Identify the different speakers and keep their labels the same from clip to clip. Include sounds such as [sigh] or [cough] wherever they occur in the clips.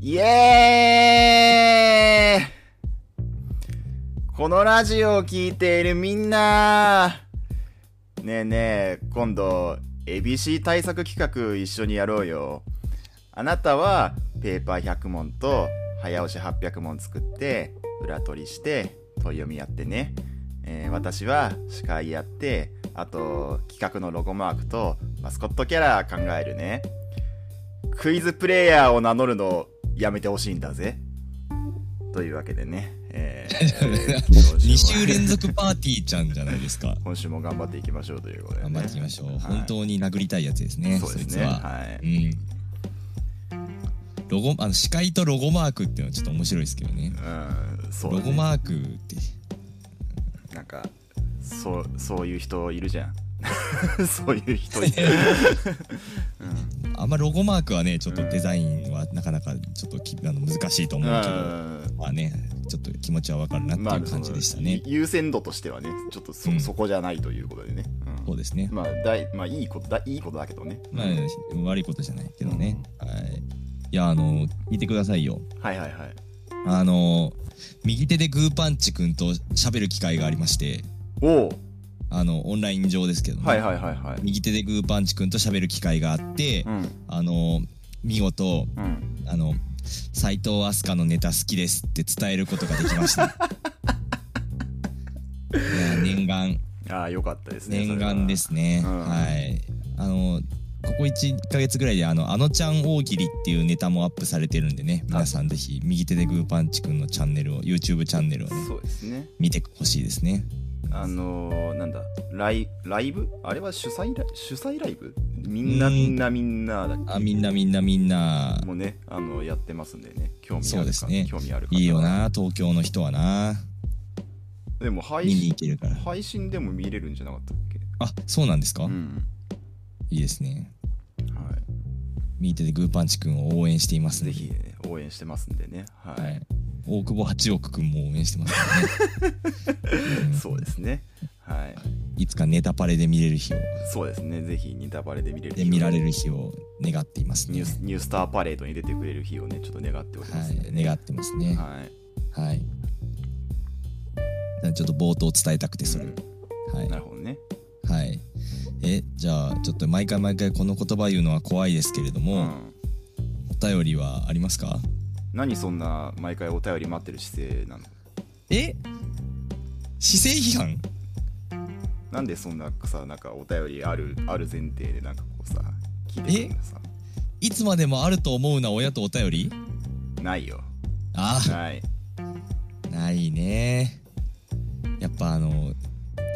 Speaker 1: イエーイこのラジオを聞いているみんなねえねえ、今度、ABC 対策企画一緒にやろうよ。あなたは、ペーパー100問と、早押し800問作って、裏取りして、問い読みやってね。えー私は、司会やって、あと、企画のロゴマークと、マスコットキャラ考えるね。クイズプレイヤーを名乗るのやめてほしいんだぜ。というわけでね。え
Speaker 2: [laughs]
Speaker 1: ー
Speaker 2: 2週連続パーティーちゃんじゃな
Speaker 1: [laughs]。
Speaker 2: いですか
Speaker 1: 今週も頑張っていきましょうということで、ね。
Speaker 2: 頑張っていきましょう。
Speaker 1: はい
Speaker 2: 本当に殴りたいやつですね。
Speaker 1: そうです
Speaker 2: つ
Speaker 1: ね。
Speaker 2: は。
Speaker 1: はい。
Speaker 2: うん。ロゴ、あの、視界とロゴマークっていうのはちょっと面白いですけどね。
Speaker 1: うん、そう、
Speaker 2: ロ
Speaker 1: ね。
Speaker 2: ゴマークって、
Speaker 1: なんか、そう、そういう人いるじゃん。 [laughs] そう
Speaker 2: [laughs]
Speaker 1: いう人いる。
Speaker 2: あんまロゴマークはね、ちょっとデザインはなかなかちょっときあの難しいと
Speaker 1: う
Speaker 2: 思うけど、
Speaker 1: ん。
Speaker 2: まあね、ちょっと気持ちはわかるなっていう感じでしたね
Speaker 1: そ。の優先度としてはね、ちょっとそ,、
Speaker 2: うん
Speaker 1: そこじゃないということでね。
Speaker 2: そうですね
Speaker 1: うん、。まあ、だいまあ、いいことだ、いいことだけどね。
Speaker 2: まあ、悪いことじゃないけどね。はい。いや、あの、聞いてくださいよ。
Speaker 1: はいはいはい。
Speaker 2: あの右手でグーパンチ君と喋る機会がありまして
Speaker 1: おお、
Speaker 2: あのオンライン上ですけどね、
Speaker 1: はいはいはいはい。
Speaker 2: 右手でグーパンチ君と喋る機会があって、
Speaker 1: うん、
Speaker 2: あの見事
Speaker 1: うん。
Speaker 2: あの斎藤飛鳥のネタ好きですって伝えることができまし
Speaker 1: [laughs]
Speaker 2: たいや念願
Speaker 1: ああ、よかったですね。
Speaker 2: 念願で。すね、
Speaker 1: うん
Speaker 2: はいあのここ1ヶ月ぐらいであの「あのちゃん大喜利」っていうネタもアップされてるんでね皆さんぜひ右手でグーパンチ君のチャンネルを YouTube チャンネルをね
Speaker 1: そうですね。
Speaker 2: 見てほしいですね。
Speaker 1: あのー、なんだライライブあれは主催ライ主催ライブみんな
Speaker 2: うん
Speaker 1: みんなみんなだっけ
Speaker 2: あみんなみんなみんな
Speaker 1: もうねあのやってますんでね興味あるか
Speaker 2: そうですね
Speaker 1: 興味ある方はい
Speaker 2: いよな東京の人はな
Speaker 1: でも配
Speaker 2: 見に
Speaker 1: 信
Speaker 2: 行けるから
Speaker 1: 配信でも見れるんじゃなかったっけ
Speaker 2: あそうなんですか、
Speaker 1: うん
Speaker 2: いいですね
Speaker 1: はい
Speaker 2: 見ててグーパンチくんを応援していますん
Speaker 1: ぜ
Speaker 2: で
Speaker 1: ひ、ね、応援してますんでねはい、
Speaker 2: はい、大久保八億くんも応援してますからね
Speaker 1: [laughs] そうですねはい
Speaker 2: いつかネタパレで見れる日を
Speaker 1: そうですねぜひネタバレで見れる
Speaker 2: で見られる日を願っています
Speaker 1: ニュ
Speaker 2: ね
Speaker 1: ースニュースターパレードに出てくれる日をねちょっと願っており
Speaker 2: は
Speaker 1: ますんで
Speaker 2: い願ってますねは
Speaker 1: はい
Speaker 2: い、ちょっと冒頭伝えたくてそれ、はい
Speaker 1: なるほどね
Speaker 2: はいえじゃあちょっと毎回毎回この言葉言うのは怖いですけれども、
Speaker 1: うん
Speaker 2: お便りはありますか
Speaker 1: 何そんな毎回お便り待ってる姿勢なの
Speaker 2: え姿勢批判
Speaker 1: なんでそんなさなんかお便りあるある前提でなんかこうさ聞いてくるのさ
Speaker 2: いつまでもあると思うな親とお便り
Speaker 1: ないよ
Speaker 2: あ
Speaker 1: ない
Speaker 2: あないねやっぱあの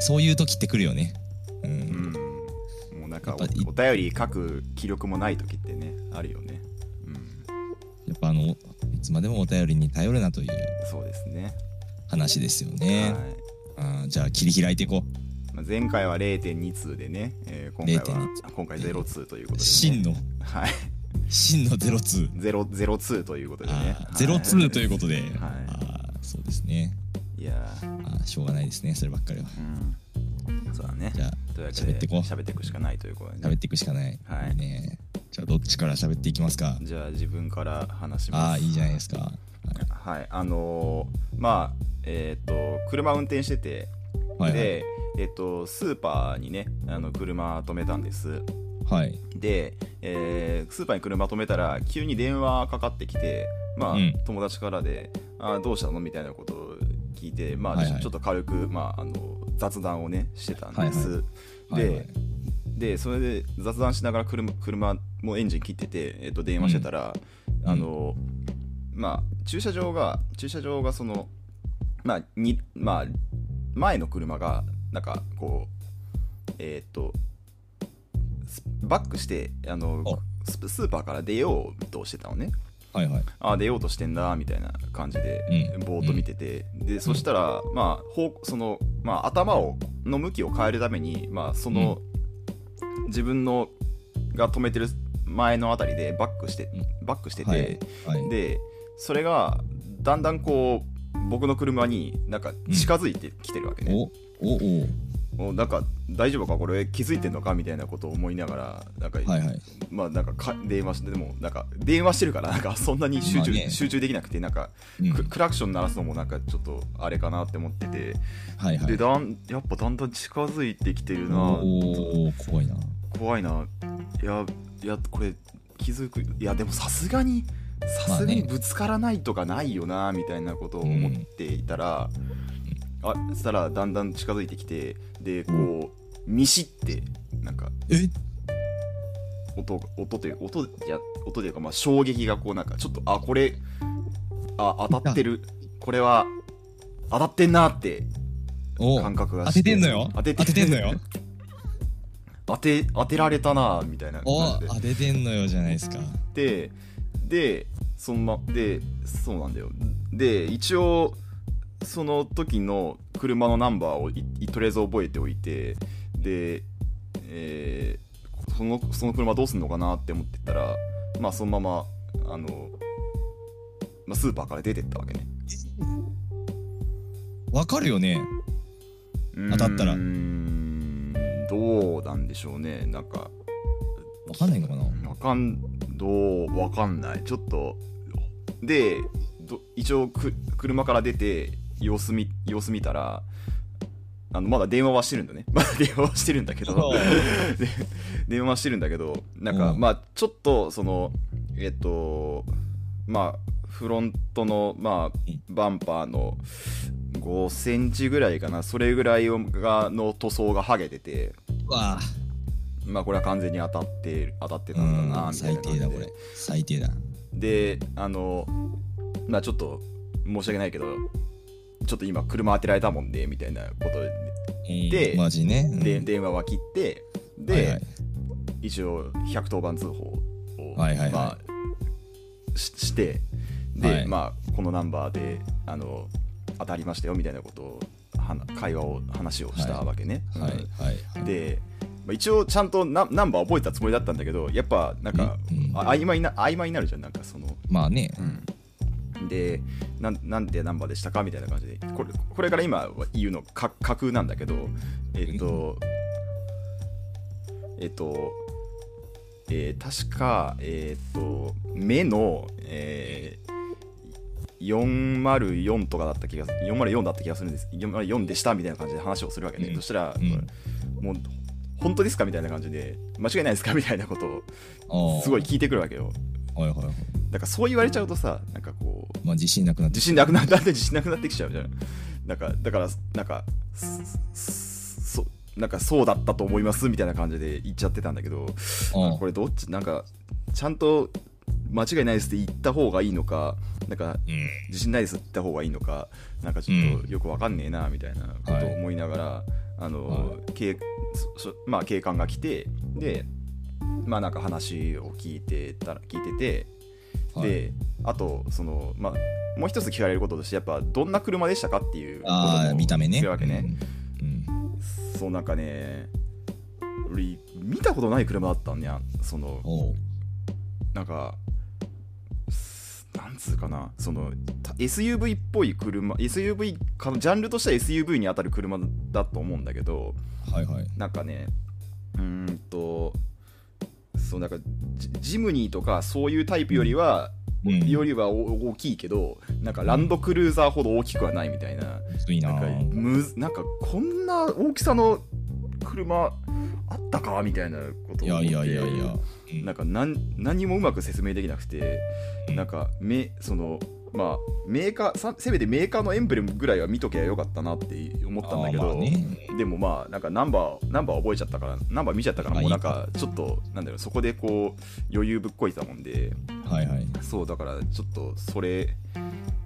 Speaker 2: そういう時ってくるよねうん、
Speaker 1: うんもうなんか
Speaker 2: やっぱい
Speaker 1: おお便り書く気力もない時ってねあるよねうん
Speaker 2: やっぱあのいつまでもお便りに頼るなという
Speaker 1: そうですね、
Speaker 2: 話ですよね
Speaker 1: は、
Speaker 2: あーじゃあ切り開いていこ
Speaker 1: いまあ、前回は0.2通でね、えー今回は
Speaker 2: 0.2
Speaker 1: 今回0通ということで、ね、
Speaker 2: う真の
Speaker 1: はい
Speaker 2: 真のゼロツー
Speaker 1: 0 0通ということでね
Speaker 2: あーゼロツーということで、
Speaker 1: はい
Speaker 2: あーそうですね
Speaker 1: いやー
Speaker 2: あーしょうがないですねそればっかりは
Speaker 1: うんそうだね
Speaker 2: じゃあ
Speaker 1: というわけで
Speaker 2: 喋ってこう
Speaker 1: 喋っていくしかないということでね
Speaker 2: 喋っていくしかない、
Speaker 1: はい
Speaker 2: ねじゃあどっちから喋っていきますか
Speaker 1: じゃあ自分から話します
Speaker 2: ああいいじゃないですか、はい
Speaker 1: はい、あのーまあえっ、と車運転してて、
Speaker 2: はいはい
Speaker 1: でえっ、とスーパーにねあの車止めたんです
Speaker 2: はい
Speaker 1: で、えースーパーに車止めたら急に電話かかってきてまあ、
Speaker 2: うん
Speaker 1: 友達からで「あーどうしたの?」みたいなことを聞いてまあ、
Speaker 2: はいはい
Speaker 1: ちょっと軽く、まあ、あの雑談をねしてたんです、
Speaker 2: はい
Speaker 1: で、
Speaker 2: はい
Speaker 1: でそれで雑談しながら車車もエンジン切ってて、えっと電話してたら、
Speaker 2: うん
Speaker 1: あのまあ駐車場が駐車場がそのまあにまあ前の車がなんかこうえーっとスバックしてあの
Speaker 2: お
Speaker 1: ススーパーから出ようとしてたのね
Speaker 2: はいはい
Speaker 1: あー出ようとしてんだみたいな感じで、
Speaker 2: うん
Speaker 1: ぼーっと見てて、でそしたら、まあ、ほうそのまあ頭をの向きを変えるために、まあ、その、自分のが止めてる前のあたりでバックして
Speaker 2: う
Speaker 1: バックしてて、
Speaker 2: はいはい
Speaker 1: でそれがだんだんこう僕の車になんか近づいてきてるわけね。
Speaker 2: おおお
Speaker 1: おなんか大丈夫かこれ気づいてんのかみたいなことを思いながらなんか、
Speaker 2: はいはい
Speaker 1: まあなんかか電話してでもなんか電話してるからなんかそんなに集中、
Speaker 2: まあね
Speaker 1: 集中できなくてなんか、
Speaker 2: うん
Speaker 1: ククラクション鳴らすのもなんかちょっとあれかなって思ってて、
Speaker 2: はいは
Speaker 1: で
Speaker 2: い
Speaker 1: だんやっぱだんだん近づいてきてるな
Speaker 2: おお怖いな
Speaker 1: 怖いないやいやこれ気づくいやでもさすがにさすがに
Speaker 2: まあね
Speaker 1: ぶつからないとかないよなみたいなことを思っていたら、あそしたらだんだん近づいてきてでこうミシってなんか
Speaker 2: え
Speaker 1: 音が音という音いや音というかまあ衝撃がこうなんかちょっとあこれあ当たってるこれは当たってんなって
Speaker 2: お
Speaker 1: 感覚が
Speaker 2: 当
Speaker 1: して
Speaker 2: ててんのよ
Speaker 1: 当てて
Speaker 2: 当ててんのよ
Speaker 1: 当て当てられたなみたいな
Speaker 2: お
Speaker 1: 感じで
Speaker 2: 当ててんのよじゃないですか
Speaker 1: ででそんなでそうなんだよで一応その時の車のナンバーをいいとりあえず覚えておいてで、えーそのその車どうすんのかなって思ってたらまあそのままあの、まあ、スーパーから出てったわけね
Speaker 2: わかるよね当たったら
Speaker 1: うーんどうなんでしょうねなんか
Speaker 2: わかんないのかな
Speaker 1: わかんどうわかんないちょっとでど一応く車から出て様子見様子見たらあのまだ電話はしてるんだね [laughs] まだ電話はしてるんだけど
Speaker 2: おう
Speaker 1: で電話はしてるんだけどなんか、
Speaker 2: うん
Speaker 1: まあちょっとそのえっとまあフロントのまあ
Speaker 2: うん
Speaker 1: バンパーの5センチぐらいかなそれぐらいをがの塗装が剥げてて
Speaker 2: うわ
Speaker 1: まあこれは完全に当たって当たってた
Speaker 2: うん
Speaker 1: だなみたいな
Speaker 2: 最
Speaker 1: 感
Speaker 2: 低
Speaker 1: じで
Speaker 2: だこれ最低だ
Speaker 1: であのまあちょっと申し訳ないけどちょっと今車当てられたもんでみたいなことで
Speaker 2: マジねうん
Speaker 1: で、で電話は切ってで、
Speaker 2: はいはい
Speaker 1: 一応110番通報を、
Speaker 2: はいはいはい
Speaker 1: まあ、ししてで、
Speaker 2: はい
Speaker 1: まあこのナンバーであの当たりましたよみたいなことをはな会話を話をしたわけね。
Speaker 2: はい
Speaker 1: うん
Speaker 2: はい
Speaker 1: で、まあ、一応ちゃんとナナンバー覚えたつもりだったんだけどやっぱなんか、
Speaker 2: うんうん
Speaker 1: あ曖昧な曖昧になるじゃんなんかその
Speaker 2: まあね
Speaker 1: でなんなんでナンバーでしたかみたいな感じでこれこれから今は言うのか架空なんだけどえっ、とえっ、と、えー確かえっ、と目の、えー404とかだった気が404だった気がするんです404でしたみたいな感じで話をするわけで、
Speaker 2: うん
Speaker 1: そしたら、
Speaker 2: うん
Speaker 1: もう本当ですかみたいな感じで間違いないですかみたいなこと
Speaker 2: あ
Speaker 1: を
Speaker 2: あ
Speaker 1: すごい聞いてくるわけよ
Speaker 2: はいはいはい
Speaker 1: だからそう言われちゃうとさなんかこう
Speaker 2: まあ自信なくなって
Speaker 1: 自信なくなったんで自信なくなってきちゃうじゃんなんかだからなんかそそなんかそうだったと思いますみたいな感じで言っちゃってたんだけど
Speaker 2: ああ
Speaker 1: これどっちなんかちゃんと間違いないですって言った方がいいのかなんか
Speaker 2: うん
Speaker 1: 自信ないですって言った方がいいのかなんかちょっとよくわかんねえなみたいなことを思いながら、あの、
Speaker 2: は
Speaker 1: 警そそまあ、警官が来てでまあなんか話を聞いてたら聞いてて
Speaker 2: はい
Speaker 1: であとその、まあ、もう一つ聞かれることとしてやっぱどんな車でしたかっていうこと
Speaker 2: ああ見た目ね
Speaker 1: 聞くわけね、
Speaker 2: うん
Speaker 1: そうなんかね俺見たことない車だったんねやその
Speaker 2: おう
Speaker 1: なんかすなんつうかなそのた SUV っぽい車 SUV かジャンルとしては SUV に当たる車だと思うんだけど
Speaker 2: はいはい
Speaker 1: なんかねうーんとそうなんかジジムニーとかそういうタイプよりは、
Speaker 2: うん
Speaker 1: よりはお大きいけどなんかランドクルーザーほど大きくはないみたいな
Speaker 2: いいな
Speaker 1: なんか
Speaker 2: ぁ
Speaker 1: むずなんかこんな大きさの車あったかみたいなこと
Speaker 2: い
Speaker 1: を思っ
Speaker 2: や
Speaker 1: て
Speaker 2: いやいやいやうん
Speaker 1: なんか何何もうまく説明できなくて
Speaker 2: うん
Speaker 1: なんかめそのまあメーカーさせめてメーカーのエンブレムぐらいは見ときゃよかったなって思ったんだけ
Speaker 2: あ
Speaker 1: ど、
Speaker 2: ーまあね
Speaker 1: でもまあなんかナンバーナンバー覚えちゃったからナンバー見ちゃったから
Speaker 2: まあ
Speaker 1: もうなん
Speaker 2: いい
Speaker 1: かちょっとなんだろうそこでこう余裕ぶっこいてたもんで
Speaker 2: はいはい
Speaker 1: そうだからちょっとそれ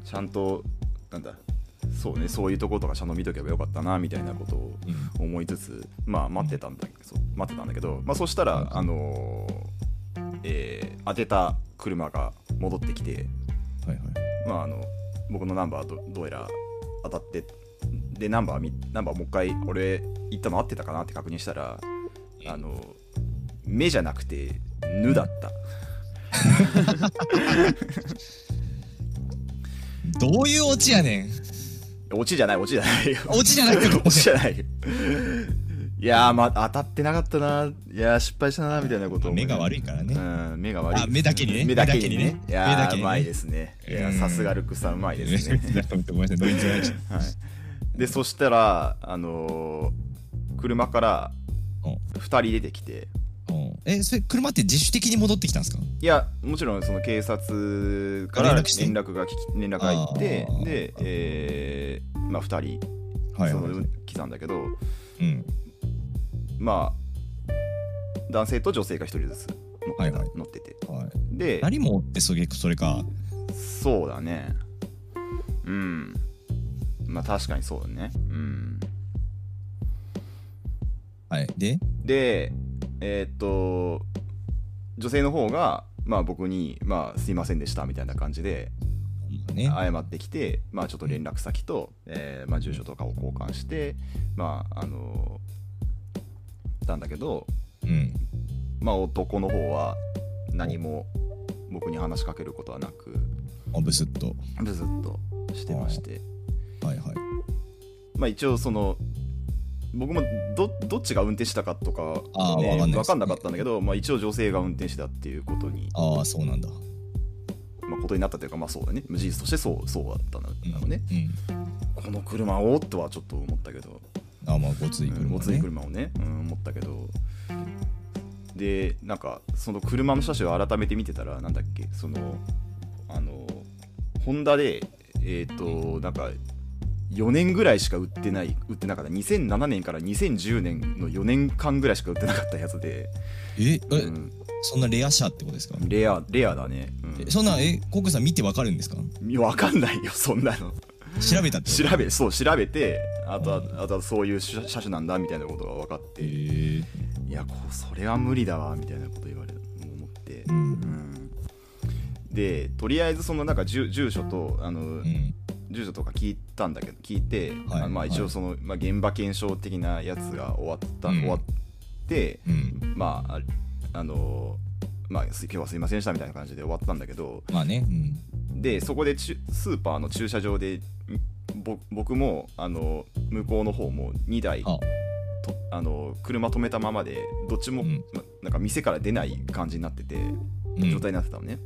Speaker 1: ちゃんとなんだそうねそういうところとかちゃんと見とけばよかったなみたいなことを
Speaker 2: うん
Speaker 1: 思いつつまあ待ってたんだけど、そう待ってたんだけど、まあ、そしたらあのーえー当てた車が戻ってきて
Speaker 2: はいはい
Speaker 1: まああの僕のナンバーどどうやら当たってでナンバーみナンバーもう一回俺行ったの合ってたかなって確認したらあの目じゃなくて「ぬ」だった [laughs]
Speaker 2: どういうオチやねん
Speaker 1: 落ちじゃない落ちじゃないよ
Speaker 2: オチじゃなくて
Speaker 1: 落ちじゃないよいやー、ま、当たってなかったな。いやー、失敗したな、みたいなことを思
Speaker 2: 目が悪
Speaker 1: い。
Speaker 2: いから
Speaker 1: う
Speaker 2: ね。
Speaker 1: ん、目が悪いです。
Speaker 2: あ目だけにね
Speaker 1: 目だけにね。い
Speaker 2: 目
Speaker 1: や
Speaker 2: だ
Speaker 1: ー、
Speaker 2: けにね
Speaker 1: うまいですね。いや
Speaker 2: う
Speaker 1: ー、
Speaker 2: ん
Speaker 1: さすがルックさん、うまい
Speaker 2: ご [laughs]
Speaker 1: ですね。
Speaker 2: めんなさい、ノイズが入っちゃった
Speaker 1: [laughs] はい、でそしたら、あのー車から
Speaker 2: う
Speaker 1: 2人出てきて
Speaker 2: うんえ、それ、車って自主的に戻ってきたんですか
Speaker 1: いやもちろんその警察から連
Speaker 2: 連絡して
Speaker 1: 絡が来き連絡が入って
Speaker 2: あー
Speaker 1: で、えーまあ、2人、
Speaker 2: はい
Speaker 1: そ
Speaker 2: はい。
Speaker 1: の
Speaker 2: う
Speaker 1: 来たんだけど
Speaker 2: ん。
Speaker 1: まあ男性と女性が1人ずつ乗って,、
Speaker 2: はいはい
Speaker 1: 乗ってて
Speaker 2: はい
Speaker 1: で
Speaker 2: 何もってそれそれか。
Speaker 1: そうだねうんまあ確かにそうだねうん
Speaker 2: はい。で、
Speaker 1: でえーっと女性の方が、まあ、僕に、まあ「すいませんでした」みたいな感じで
Speaker 2: ね。
Speaker 1: 謝ってきて、まあ、ちょっと連絡先と、えーまあ、住所とかを交換してまああのーなんだけど、
Speaker 2: うん。
Speaker 1: まあ、男の方は何も僕に話しかけることはなく
Speaker 2: あ、ブスッと。
Speaker 1: ずずっとしてまして、
Speaker 2: はいはい。
Speaker 1: まあ、一応その僕もどどっちが運転したかとか、
Speaker 2: あーわかん
Speaker 1: ね、
Speaker 2: ないですね
Speaker 1: 分かんなかったんだけど、まあ、一応女性が運転してたっていうことに
Speaker 2: ああ、そうなんだ。
Speaker 1: まあ、ことになったというか、まあそうだね。事実としてそう、そうだったのなのね。
Speaker 2: うん。
Speaker 1: この車をとはちょっと思ったけど、
Speaker 2: ああ、まあ、ごつい車、
Speaker 1: う
Speaker 2: ね。
Speaker 1: んごつい車をね、うん、思ったけど。で、なんか、その車の車種を改めて見てたら、なんだっけ、その、あの、ホンダで、えっ、と、なんか、4年ぐらいしか売ってない、売ってなかった、2007年から2010年の4年間ぐらいしか売ってなかったやつで、
Speaker 2: え、え、
Speaker 1: うん、
Speaker 2: そんなレア車ってことですか
Speaker 1: レア、レアだね。うん
Speaker 2: えそんな、え、コックさん見てわかるんですか
Speaker 1: いやわかんないよ、そんなの。
Speaker 2: 調べたってこと。
Speaker 1: 調べそう調べてあとはあとはそういう車車種なんだみたいなことが分かって
Speaker 2: へ
Speaker 1: い
Speaker 2: え
Speaker 1: やこうそれは無理だわみたいなこと言われ思って
Speaker 2: う、ん
Speaker 1: うん、でとりあえずそのなんか住住所とあの、
Speaker 2: うん
Speaker 1: 住所とか聞いたんだけど聞いて、
Speaker 2: はい
Speaker 1: あまあ、
Speaker 2: はい
Speaker 1: 一応その、まあ、現場検証的なやつが終わった、
Speaker 2: うん
Speaker 1: 終わって
Speaker 2: うん
Speaker 1: まあああのまあ、す今日はすいませんでしたみたいな感じで終わったんだけど、
Speaker 2: まあねうん
Speaker 1: でそこでちゅスーパーの駐車場でぼ僕もあの向こうの方も2台
Speaker 2: あ
Speaker 1: とあの車止めたままでどっちも、
Speaker 2: うん
Speaker 1: ななんか店から出ない感じになってて
Speaker 2: うん
Speaker 1: 状態になってたのね、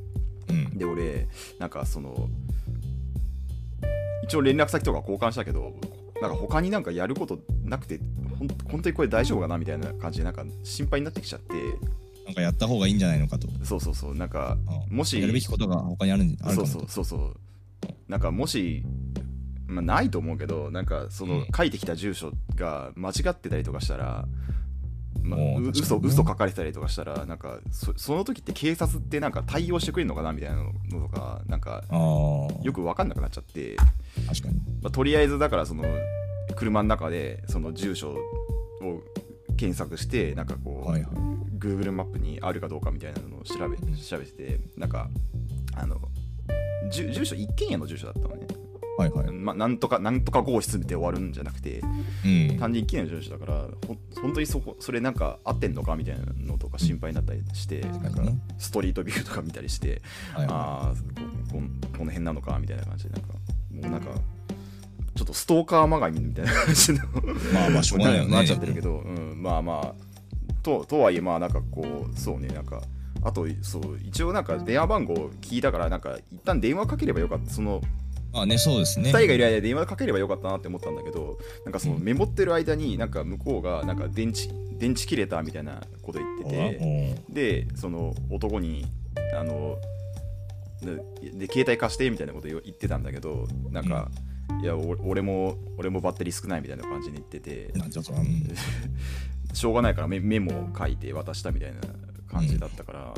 Speaker 2: うん
Speaker 1: で俺なんかその一応連絡先とか交換したけどなんか他になんかやることなくてほん本当にこれ大丈夫かなみたいな感じでなんか心配になってきちゃって
Speaker 2: なんかやった方がいいんじゃないのかと
Speaker 1: そうそうそうなんか
Speaker 2: あ
Speaker 1: もし
Speaker 2: やるべきことが他にあるんあるか
Speaker 1: そ
Speaker 2: も
Speaker 1: う
Speaker 2: と
Speaker 1: そうそうそうなんかもし、まあ、ないと思うけどなんかその
Speaker 2: うん
Speaker 1: 書いてきた住所が間違ってたりとかしたら、まあ
Speaker 2: もう
Speaker 1: う
Speaker 2: 確か
Speaker 1: 嘘
Speaker 2: にね
Speaker 1: 嘘書かれてたりとかしたらなんかそその時って警察ってなんか対応してくれるのかなみたいなのとかなんか
Speaker 2: ああ
Speaker 1: よく分かんなくなっちゃって、
Speaker 2: 確かに
Speaker 1: まあ、とりあえずだからその車の中でその住所を検索してなんかこう、
Speaker 2: はいはい
Speaker 1: Google マップにあるかどうかみたいなのを調べ
Speaker 2: うん
Speaker 1: 調べててなんかあの住住所一軒家の住所だったのね、
Speaker 2: はいはい
Speaker 1: まあ、なんとかなんとか号室で終わるんじゃなくて
Speaker 2: うん
Speaker 1: 単純に一軒家の住所だからほん本当にそこそれなんか合ってんのかみたいなのとか心配になったりして、なんか
Speaker 2: 確かにね
Speaker 1: ストリートビューとか見たりして、
Speaker 2: はいは
Speaker 1: ああここんこの辺なのかみたいな感じでなんかもうなんかちょっとストーカーまがいみたいな感
Speaker 2: [laughs]
Speaker 1: じの
Speaker 2: いまあまあしょうがないよね
Speaker 1: なっちゃってるけど、うん、まあまあととはいえまあなんかこうそうねなんかあとそう一応なんか電話番号聞いたからなんか一旦電話かければよかったその
Speaker 2: まあねそうです
Speaker 1: 2
Speaker 2: ね
Speaker 1: 人がいる間で電話かければよかったなって思ったんだけどなんかその
Speaker 2: うん
Speaker 1: メモってる間になんか向こうがなんか電池電池切れたみたいなこと言ってて。
Speaker 2: お
Speaker 1: でその男にあのでで携帯貸してみたいなこと言言ってたんだけどなんか、いやお俺も俺もバッテリー少ないみたいな感じに言ってて
Speaker 2: ーなんじゃそらうん
Speaker 1: [laughs] しょうがないからメメモを書いて渡したみたいな感じだったから、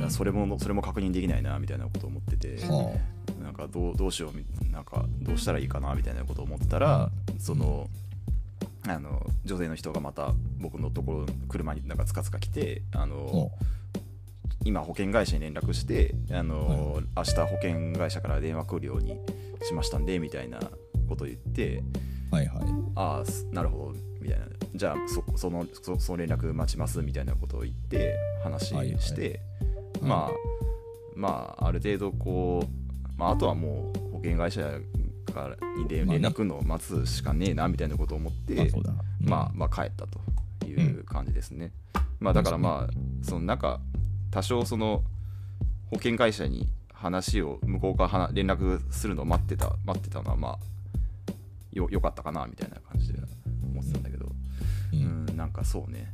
Speaker 1: いやそれもそれも確認できないなみたいなことを思ってて、
Speaker 2: は
Speaker 1: なんかどうどうしようみなんかどうしたらいいかなみたいなことを思ってたら、そのあの女性の人がまた僕のところの車になんかつかつか来てあの、
Speaker 2: あお
Speaker 1: 今保険会社に連絡して、あのー明日保険会社から電話来るようにしましたんでみたいなこと言って
Speaker 2: はいはい
Speaker 1: ああすなるほどみたいなじゃあそそのそその連絡待ちますみたいなことを言って話して、
Speaker 2: はいはいうん
Speaker 1: まあまあある程度こう、まあ、あとはもう保険会社からに連
Speaker 2: まあね
Speaker 1: 連絡のを待つしかねえなみたいなことを思って、
Speaker 2: まあそうだうん
Speaker 1: まあ、まあ帰ったと。いう感じですね。まあだからまあその中多少その保険会社に話を向こうからはな連絡するのを待ってた待ってたのはまあよよかったかなみたいな感じで思ってたんだけど、う
Speaker 2: う
Speaker 1: んん、なんかそうね、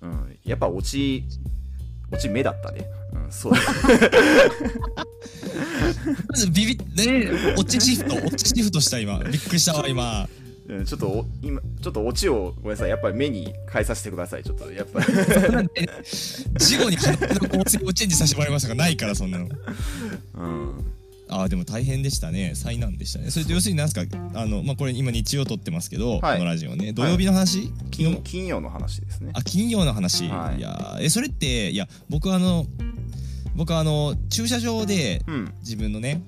Speaker 1: うん、やっぱ落ち落ち目だったね。うん、 [laughs] そう
Speaker 2: ビビね落ちシ
Speaker 1: [laughs]
Speaker 2: フト落ちシフトした今びっくりしたわ今
Speaker 1: うんちょっとお今ちょっとオチをごめんなさいやっぱり目に変えさせてくださいちょっとやっ [laughs] ぱ
Speaker 2: 事後に完璧な構成をチェンジさせてもらいましたがないからそんなの
Speaker 1: うん
Speaker 2: ああでも大変でしたね災難でしたねそれと要するに何すかあのまあこれ今日曜撮ってますけど、
Speaker 1: はい
Speaker 2: このラジオね土曜日の話、昨日
Speaker 1: 金金曜の話ですね
Speaker 2: あ金曜の話、
Speaker 1: はい
Speaker 2: い、やーえそれっていや僕あの僕あの駐車場で
Speaker 1: うん
Speaker 2: 自分のね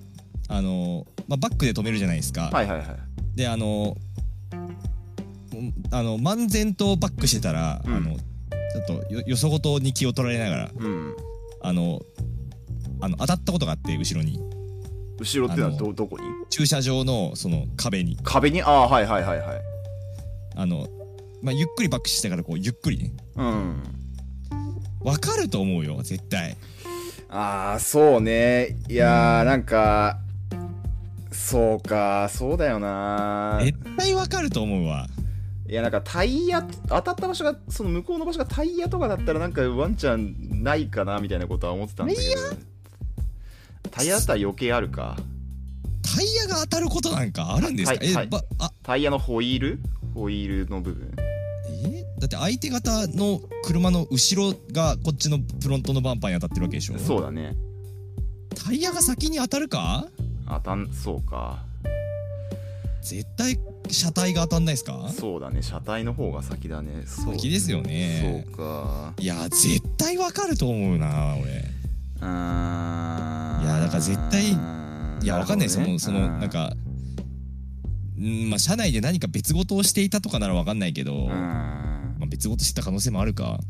Speaker 2: あの、まあ、バックで止めるじゃないですか、
Speaker 1: はいはいはい
Speaker 2: であのうんあの漫然とバックしてたら、
Speaker 1: うん
Speaker 2: あのちょっとよよそごとに気を取られながら
Speaker 1: うん
Speaker 2: あのあの当たったことがあって後ろに
Speaker 1: 後ろってのは
Speaker 2: あ
Speaker 1: どどこに
Speaker 2: 駐車場のその壁に
Speaker 1: 壁にああはいはいはいはい
Speaker 2: あの、まあ、ゆっくりバックしてたからこうゆっくりね
Speaker 1: うん
Speaker 2: わかると思うよ絶対
Speaker 1: ああそうねいやーなんかそうかそうだよな
Speaker 2: 絶対わかると思うわ
Speaker 1: いやなんかタイヤ当たった場所がその向こうの場所がタイヤとかだったらなんかワンチャンないかなみたいなことは思ってたんだけどタイヤだったら余計あるか
Speaker 2: タイヤが当たることなんかあるんですか、
Speaker 1: はいはい
Speaker 2: えばあ
Speaker 1: タイヤのホイールホイールの部分
Speaker 2: えだって相手方の車の後ろがこっちのフロントのバンパーに当たってるわけでしょ
Speaker 1: そうだね
Speaker 2: タイヤが先に当たるか
Speaker 1: 当たんそうか
Speaker 2: 絶対車体が当たんないですか
Speaker 1: そうだね車体の方が先だねそう
Speaker 2: 先ですよね
Speaker 1: そうか
Speaker 2: いや絶対わかると思うな俺
Speaker 1: うーん
Speaker 2: いやだから絶対いやわかんないです、もうそのなん
Speaker 1: う
Speaker 2: かうんまあ車内で何か別事をしていたとかならわかんないけど、
Speaker 1: ー
Speaker 2: ま
Speaker 1: ん
Speaker 2: あ、別事してた可能性もあるか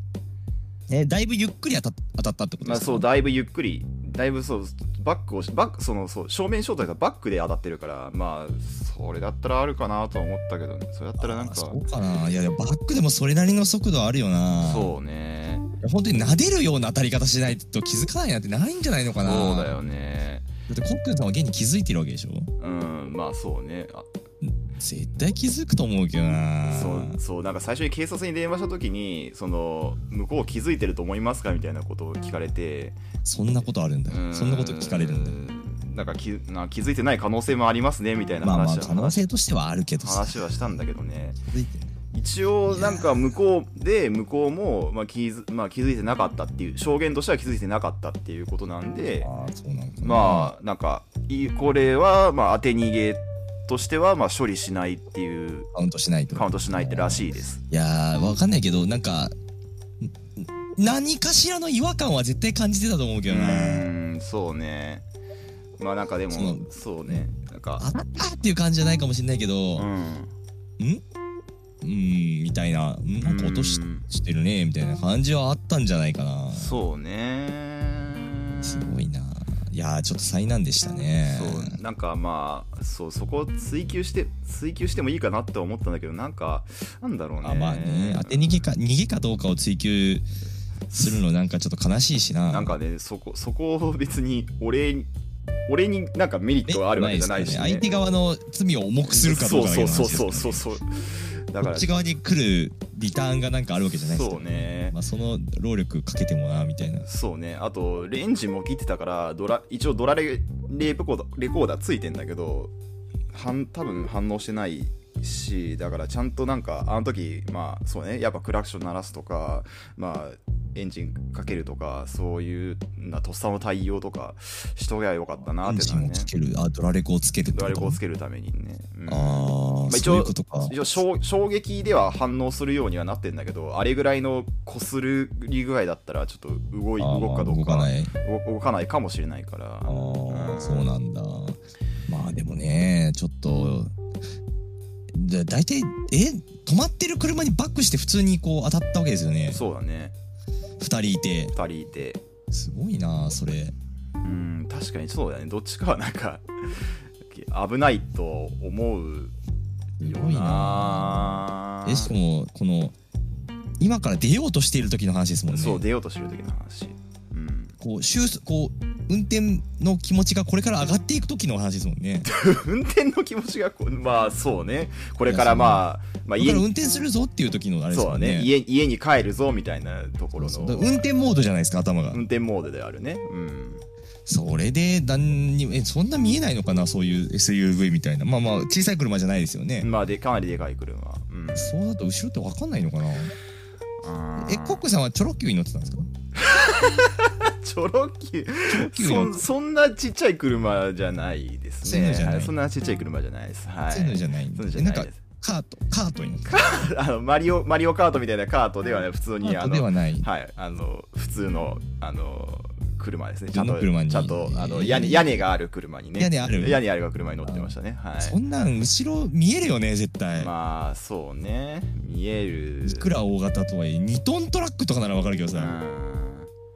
Speaker 2: えだいぶゆっくり当たっ当たったってこと
Speaker 1: ま
Speaker 2: で
Speaker 1: あ
Speaker 2: すか、
Speaker 1: そうだいぶゆっくりだいぶそうバックをしバックそのそう正面衝突がバックで当たってるからまあそれだったらあるかなとは思ったけど、ね、それだったらなんか
Speaker 2: あ
Speaker 1: そ
Speaker 2: そうかないやでもバックでもそれなりの速度あるよな
Speaker 1: うね
Speaker 2: 本当に撫でるような当たり方しないと気づかないなんてないんじゃないのかな
Speaker 1: そうだよね
Speaker 2: だってコックンさんは現に気づいてるわけでしょ
Speaker 1: うんまあそうねあ
Speaker 2: 絶対気づくと思うけどな
Speaker 1: そうそうなんか最初に警察に電話した時にその向こう気づいてると思いますかみたいなことを聞かれて
Speaker 2: そんなことあるんだ
Speaker 1: うー
Speaker 2: そんなこと聞かれるんだ
Speaker 1: なんかきなんか気づいてない可能性もありますねみたいな
Speaker 2: まあまあ
Speaker 1: 話は
Speaker 2: 可能性としてはあるけどさ
Speaker 1: 話はしたんだけどね
Speaker 2: 気づいてない
Speaker 1: 一応なんか向こうで向こうも、まあ気づまあ、気づいてなかったっていう証言としては気づいてなかったっていうことなんで
Speaker 2: ああそうなのかな
Speaker 1: まあなんかいこれは、まあ、当て逃げとしては、まあ、処理しないっていう
Speaker 2: カウントしないと
Speaker 1: カウントしないってらしいです
Speaker 2: いやーわかんないけどなんかん何かしらの違和感は絶対感じてたと思う
Speaker 1: う
Speaker 2: けどな
Speaker 1: ーんそうねまあなんかでも
Speaker 2: その
Speaker 1: そうねなんか
Speaker 2: あったっていう感じじゃないかもしれないけど、
Speaker 1: うん
Speaker 2: うーんみたいな、んなんか落とし
Speaker 1: うん
Speaker 2: してるねみたいな感じはあったんじゃないかな。
Speaker 1: そうね
Speaker 2: すごいな。いやー、ちょっと災難でしたね。
Speaker 1: そうなんかまあそうそこを追求して追求してもいいかなって思ったんだけどなんかなんだろうね
Speaker 2: あまあね、当て逃げか、逃げかどうかを追求するのなんかちょっと悲しいしな。
Speaker 1: なんかねそこそこを別に俺に俺になんかメリッ
Speaker 2: ね、
Speaker 1: トがあるわけじゃないし、ね、
Speaker 2: ですからね相手側の罪を重くするかどうかだけ
Speaker 1: そ
Speaker 2: の
Speaker 1: う
Speaker 2: 話
Speaker 1: そう
Speaker 2: ですから
Speaker 1: そうそうそ
Speaker 2: ね
Speaker 1: うそうだか
Speaker 2: こ
Speaker 1: ら
Speaker 2: っち側に来るリターンがなんかあるわけじゃないです
Speaker 1: そうね
Speaker 2: まあ、その労力かけてもなみたいな
Speaker 1: そうねあとレンジも切ってたからドラ一応ドラレレコーダーレコーダーついてんだけど反多分反応してないしだからちゃんとなんかあの時まあそうねやっぱクラクション鳴らすとかまあエンジンかけるとかそういうなとっさの対応とかしとけばよかったな
Speaker 2: エ
Speaker 1: っ
Speaker 2: ン
Speaker 1: て
Speaker 2: ジ
Speaker 1: のは
Speaker 2: ンを
Speaker 1: ね
Speaker 2: かけるあドラレコをつけるって
Speaker 1: ド
Speaker 2: こ
Speaker 1: ラレコを
Speaker 2: と
Speaker 1: つけるためにね、うん
Speaker 2: ああ、
Speaker 1: まあ一
Speaker 2: そう
Speaker 1: 応
Speaker 2: いうことか
Speaker 1: 一応衝衝撃では反応するようにはなってんだけどあれぐらいのこするり具合だったらちょっと動い
Speaker 2: あー
Speaker 1: 動くかどう
Speaker 2: 動
Speaker 1: か
Speaker 2: かない
Speaker 1: 動動かないかもしれないから
Speaker 2: あ
Speaker 1: う
Speaker 2: ー
Speaker 1: ん
Speaker 2: そうなんだまあでもねちょっとだ大体え止まってる車にバックして普通にこう当たったわけですよね
Speaker 1: そうだね
Speaker 2: 2人いて
Speaker 1: 2人いて
Speaker 2: すごいなそれ
Speaker 1: うん [laughs] 確かにそうだねどっちかはなんか危ないと思う
Speaker 2: す
Speaker 1: よ
Speaker 2: ごいな
Speaker 1: な
Speaker 2: えしかもこの今から出ようとしている時の話ですもんね
Speaker 1: そう出ようとしてる時の話うん [laughs]
Speaker 2: こう収束こう運転の気持ちがこれから上がっていく時の話ですもんね
Speaker 1: 運転の気持ちがこうまあそうねこれからまあ、まあ、
Speaker 2: だか
Speaker 1: 家
Speaker 2: ら運
Speaker 1: に
Speaker 2: 転するぞっていう時のあれです
Speaker 1: そう
Speaker 2: も
Speaker 1: だ
Speaker 2: ん
Speaker 1: ね
Speaker 2: ね
Speaker 1: 家家に帰るぞみたいなところ
Speaker 2: そうだ
Speaker 1: の
Speaker 2: から運転モードじゃないですか頭が、
Speaker 1: 運転モードであるねうん
Speaker 2: それで何にもえそんな見えないのかなそういう SUV みたいなまあまあ小さい車じゃないですよね、
Speaker 1: まあでかなりでかい車うん
Speaker 2: そうだと後ろって分かんないのかな
Speaker 1: あー
Speaker 2: えコックさんはチョロ Q に乗ってたんですか
Speaker 1: チョロキ
Speaker 2: キュ
Speaker 1: そ
Speaker 2: ー
Speaker 1: んそんなちっちゃい車じゃないです
Speaker 2: そういう
Speaker 1: ね
Speaker 2: のじゃない
Speaker 1: はいそんなちっちゃい車じゃないですはい
Speaker 2: そういうのじゃないん
Speaker 1: そ
Speaker 2: だ
Speaker 1: うじゃ
Speaker 2: えな
Speaker 1: なんい
Speaker 2: か
Speaker 1: です
Speaker 2: カートカートに乗ってた
Speaker 1: あのマリオマリオカートみたいなカートではね普通
Speaker 2: カ
Speaker 1: にあ
Speaker 2: ート
Speaker 1: の
Speaker 2: ではない
Speaker 1: はい、あの普通のあの車ですね。ちゃん
Speaker 2: あ
Speaker 1: と
Speaker 2: の車に
Speaker 1: ちゃんとあの
Speaker 2: えー
Speaker 1: 屋根屋根がある車にね。
Speaker 2: 屋根ある
Speaker 1: 屋根ある車に乗ってましたね。は
Speaker 2: そ
Speaker 1: い。
Speaker 2: んなん後ろ見えるよね絶対、
Speaker 1: まあそうね見える。
Speaker 2: いくら大型とはいえ2トントラックとかなら分かるけど
Speaker 1: う
Speaker 2: さ、
Speaker 1: ん。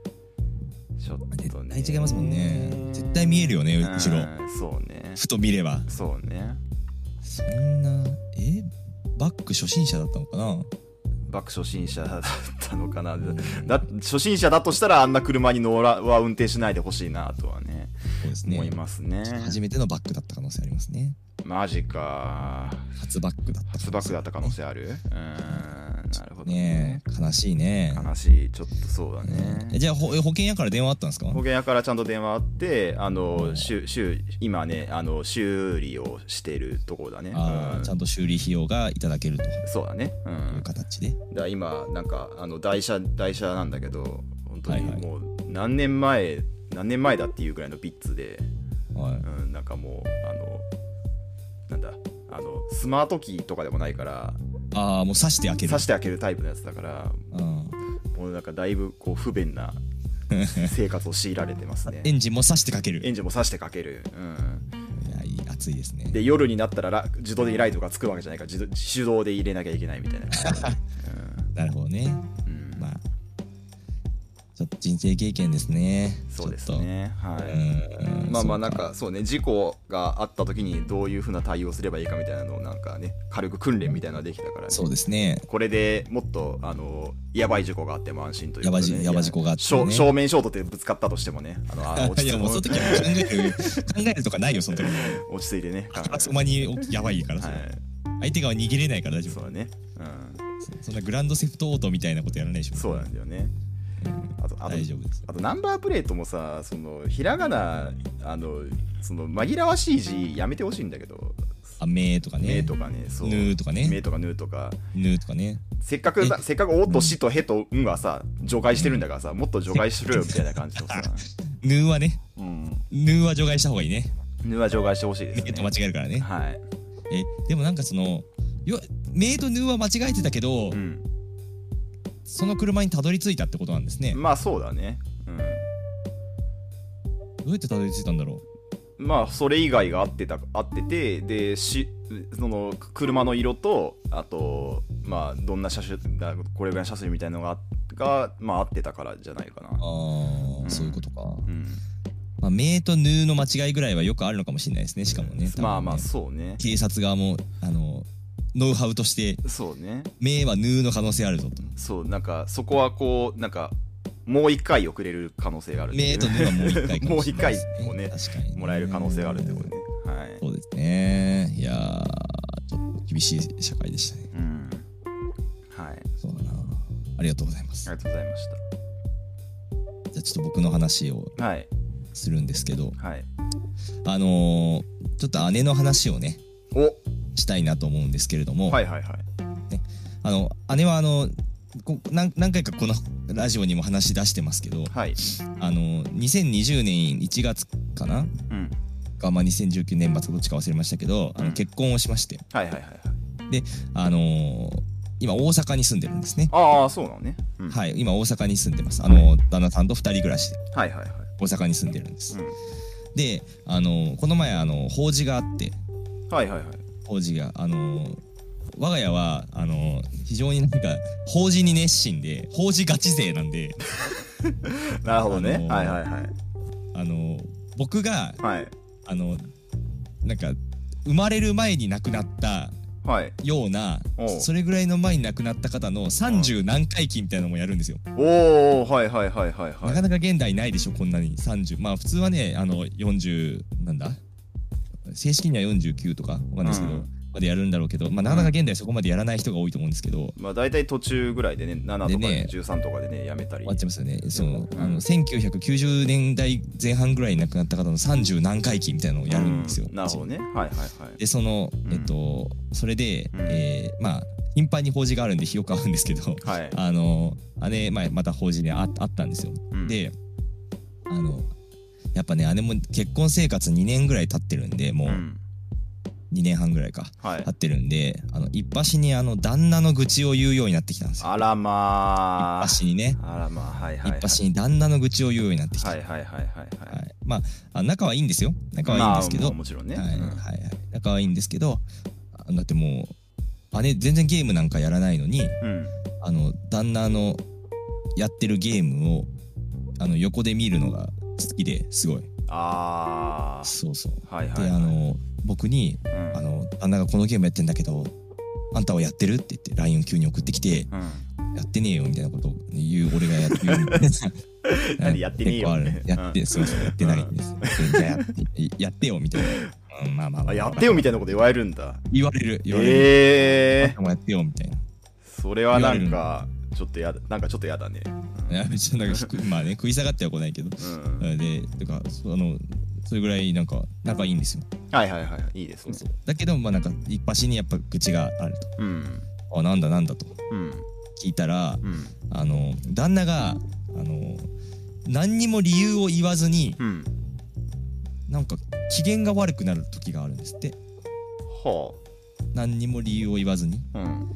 Speaker 1: ちょっとね。
Speaker 2: 絶対違いますもんね絶対見えるよね
Speaker 1: うん
Speaker 2: 後ろ
Speaker 1: そうね。
Speaker 2: ふと見れば
Speaker 1: そうね。
Speaker 2: そんなえバック初心者だったのかな
Speaker 1: 爆初心者だったのかな。だ初心者だとしたらあんな車に乗らは運転しないでほしいなとはね
Speaker 2: そうですね
Speaker 1: 思いますね。
Speaker 2: 初めてのバックだった可能性ありますね
Speaker 1: マジか。
Speaker 2: 初バックだった
Speaker 1: 初爆だった可能性あるうーんなるほどね
Speaker 2: ねえ悲しいね
Speaker 1: 悲しいちょっとそうだね
Speaker 2: えじゃあほ保険屋から電話あったんですか
Speaker 1: 保険屋からちゃんと電話あってあ
Speaker 2: う
Speaker 1: の
Speaker 2: ん
Speaker 1: 修修今ねあの修理をしてるところだね
Speaker 2: あ
Speaker 1: う
Speaker 2: ー
Speaker 1: ん
Speaker 2: ちゃんと修理費用がいただけるとい
Speaker 1: そうだねう
Speaker 2: うん形で
Speaker 1: だから今なんかあの台車台車なんだけど本当に
Speaker 2: はいはい
Speaker 1: もう何年前何年前だっていうぐらいのビッツで
Speaker 2: はい
Speaker 1: うんなんかもうあのなんだあのスマートキーとかでもないから
Speaker 2: ああもう刺して開ける
Speaker 1: 挿して開けるタイプのやつだから
Speaker 2: うん
Speaker 1: もうなんかだいぶこう不便
Speaker 2: [laughs]
Speaker 1: な生活を強いられてますね
Speaker 2: エ。ンジンも刺してかける
Speaker 1: エンジンも挿してかける。うん、
Speaker 2: いやいい暑いですね
Speaker 1: で、夜になったらら自動でライトがつくわけじゃないから自動手動で入れなきゃいけないみたいな。
Speaker 2: [laughs] なるほどね
Speaker 1: うんうん
Speaker 2: まあちょっと人生経験ですね
Speaker 1: そうですね。は
Speaker 2: ちょっと
Speaker 1: い。
Speaker 2: うん
Speaker 1: まあまあ
Speaker 2: そう
Speaker 1: なんかそうね事故があった時にどういうふうな対応すればいいかみたいなのをなんかね軽く訓練みたいなのができたから、ね、
Speaker 2: そうですね
Speaker 1: これでもっとあのやばい事故があっても安心ということで、
Speaker 2: やばじやば事故があってね
Speaker 1: 正正面衝突でぶつかったとしてもねあのあ落
Speaker 2: [laughs] い
Speaker 1: ち着
Speaker 2: やもうその
Speaker 1: い
Speaker 2: 時
Speaker 1: て
Speaker 2: は考える考えるとかないよその時
Speaker 1: [laughs]
Speaker 2: は
Speaker 1: 落ち着いてね。
Speaker 2: [laughs] あそこにやばいから
Speaker 1: は
Speaker 2: それ
Speaker 1: い
Speaker 2: 相手側逃げれないから大丈
Speaker 1: そう
Speaker 2: 夫
Speaker 1: だね。うん。
Speaker 2: そんなグランドセフトオートみたいなことやらないでしょ
Speaker 1: そうなんだよね。あと、あと
Speaker 2: 大、丈夫です
Speaker 1: あとナンバープレートもさ、その、ひらがな、あの、その、紛らわしい字やめてほしいんだけど、
Speaker 2: あめーとかね
Speaker 1: めとかね、そう。
Speaker 2: ぬーとかね
Speaker 1: めとかぬーとか。
Speaker 2: ぬーとかね
Speaker 1: せっかくだ、
Speaker 2: え
Speaker 1: せっかくおとしとへとんはさ、除外してるんだからさ、もっと除外しろよみたいな感じとさ。
Speaker 2: ぬーはね
Speaker 1: うん。
Speaker 2: ぬーは除外した方がいいね
Speaker 1: ぬは除外してほしいで
Speaker 2: め
Speaker 1: す
Speaker 2: ーと間
Speaker 1: ね。
Speaker 2: 違えるからね
Speaker 1: はい。
Speaker 2: えでもなんかそのよめーとぬーは間違えてたけど、
Speaker 1: うん。
Speaker 2: その車にたどり着いたってことなんですね
Speaker 1: まあ、そうだね。うん。
Speaker 2: どうやってたどり着いたんだろ
Speaker 1: まあ、それ以外が合ってた、合ってて、で、し、その、車の色と、あと、まあ、どんな車種、だこれぐらいの車種みたいなのが、が、まあ、合ってたからじゃないかな
Speaker 2: う。ああ、
Speaker 1: うん
Speaker 2: そういうことか、
Speaker 1: うん。
Speaker 2: まあ、めーとぬーの間違いぐらいはよくあるのかもしれないですねしかもね多分ね
Speaker 1: まあまあ、そうね。
Speaker 2: 警察側もあのノウハウとして
Speaker 1: そうね。
Speaker 2: めーはぬーの可能性あるぞと
Speaker 1: そう、なんか、そこはこう、なんか、もう一回遅れる可能性がある。
Speaker 2: めーとぬーはもう一回
Speaker 1: [laughs]
Speaker 2: か
Speaker 1: もう
Speaker 2: し
Speaker 1: 一
Speaker 2: れない
Speaker 1: 回
Speaker 2: です
Speaker 1: をね、
Speaker 2: 確かにね
Speaker 1: もらえる可能性があるってことね。はい。
Speaker 2: そうですねいやーちょっと厳しい社会でしたね
Speaker 1: うん。はい。あり
Speaker 2: そうだなありがとうございます
Speaker 1: がとうございまし
Speaker 2: じゃあちょっと僕の話を
Speaker 1: た。はい。
Speaker 2: するんですけど
Speaker 1: はい。
Speaker 2: あのーちょっと姉の話をね
Speaker 1: お
Speaker 2: したいなと思うんですけれども、
Speaker 1: はいはいはい。
Speaker 2: あの姉はあのこ何何回かこのラジオにも話し出してますけど
Speaker 1: はい。
Speaker 2: あの2020年1月かな
Speaker 1: うん。
Speaker 2: か、まあ、2019年末どっちか忘れましたけどあ
Speaker 1: う
Speaker 2: の
Speaker 1: ん
Speaker 2: 結婚をしまして、
Speaker 1: はいはいはいはい。
Speaker 2: あのー今大阪に住んでるんですね、
Speaker 1: ああ、そうなのね。うん
Speaker 2: はい今大阪に住んでますあの、旦那さんと2人暮らしで
Speaker 1: はいはいはい。
Speaker 2: 大阪に住んでるんです、
Speaker 1: う
Speaker 2: であのーこの前あの法事があって
Speaker 1: ん。はいはいはい。
Speaker 2: 法事があのー我が家はあのー非常になんか法事に熱心で法事ガチ勢なんで
Speaker 1: なるほどね。
Speaker 2: あのー
Speaker 1: はいはいはい。
Speaker 2: あの僕が
Speaker 1: はい。
Speaker 2: あのなんか生まれる前に亡くなった
Speaker 1: はい。
Speaker 2: ような
Speaker 1: おう
Speaker 2: それぐらいの前に亡くなった方の30何回忌みたいなのもやるんですよ、
Speaker 1: おおはいはいはいはいは
Speaker 2: ないか。なか現代ないでしょこんなに30まあ普通はねあの40なんだ正式には49とかわかんないですけど、
Speaker 1: うん
Speaker 2: までやるんだろうけど、まあ、なかなか現代そこまでやらない人が多いと思うんですけど、
Speaker 1: まあ大体途中ぐらいでね、7とか
Speaker 2: でね
Speaker 1: ね13とかでね、やめたり
Speaker 2: 終わ。っちゃいますよね。そう、
Speaker 1: うん
Speaker 2: あの1990年代前半ぐらいに亡くなった方の30何回忌みたいなのをやるんですよ。
Speaker 1: うなるほどね。はいはいはい。
Speaker 2: でその、
Speaker 1: うん
Speaker 2: えっとそれで、
Speaker 1: うん
Speaker 2: えーまあ頻繁に法事があるんで日を買うんですけど
Speaker 1: はい。
Speaker 2: あの姉、まあ、また法事にああったんですよ。
Speaker 1: うん、
Speaker 2: であのやっぱね姉も結婚生活2年ぐらい経ってるんでもう
Speaker 1: うん。
Speaker 2: 2年半ぐらいか
Speaker 1: はい
Speaker 2: 経。ってるんであの一発にあの旦那の愚痴を言うようになってきたんですよ。
Speaker 1: あらまあ。
Speaker 2: 一発にね
Speaker 1: あらまあ、はいはい、
Speaker 2: 一
Speaker 1: はい。
Speaker 2: 発に旦那の愚痴を言うようになってきた
Speaker 1: は。いはいはいはいはい。
Speaker 2: はい、まああ仲はいいんですよ仲はいいんですけ
Speaker 1: まあ
Speaker 2: ど、
Speaker 1: もちろんね。
Speaker 2: はいはい
Speaker 1: うん
Speaker 2: はい、仲はいいんですけどあだってもう姉全然ゲームなんかやらないのに
Speaker 1: うん。
Speaker 2: あの旦那のやってるゲームをあの横で見るのが好きですごい
Speaker 1: あ
Speaker 2: そうそう
Speaker 1: あ。はいはい。
Speaker 2: であの僕に
Speaker 1: うん
Speaker 2: あの「旦那がこのゲームやってんだけどあんたはやってる?」って言って LINE を急に送ってきて
Speaker 1: うん。
Speaker 2: 「やってねえよ」みたいなことを言う俺がやってる
Speaker 1: [laughs] 何やってねえよ
Speaker 2: 結構あるやって、そうそうやってないんですでじゃあやってやってよみたいな、うんまあまあま
Speaker 1: あ
Speaker 2: あ
Speaker 1: やってよみたいなこと言われるんだ。
Speaker 2: 言われる言われる、
Speaker 1: ええ
Speaker 2: もうやってよみたいな
Speaker 1: それはなんか、ちょっとやだ、なんかちょっとやだね。
Speaker 2: いや別になんか低いまあね食い下がってはこないけど
Speaker 1: うん。
Speaker 2: でてかそあのそれぐらいなんか仲いいんですよ
Speaker 1: はいはいはい。いいですね。
Speaker 2: だけどまあなんか一発にやっぱ口がある
Speaker 1: うん。
Speaker 2: とあなんだなんだと
Speaker 1: うん。
Speaker 2: 聞いたら
Speaker 1: うん。
Speaker 2: あの旦那があの何にも理由を言わずに
Speaker 1: うん。
Speaker 2: なんか機嫌が悪くなる時があるんですって
Speaker 1: は
Speaker 2: 何にも理由を言わずに
Speaker 1: あ。うん。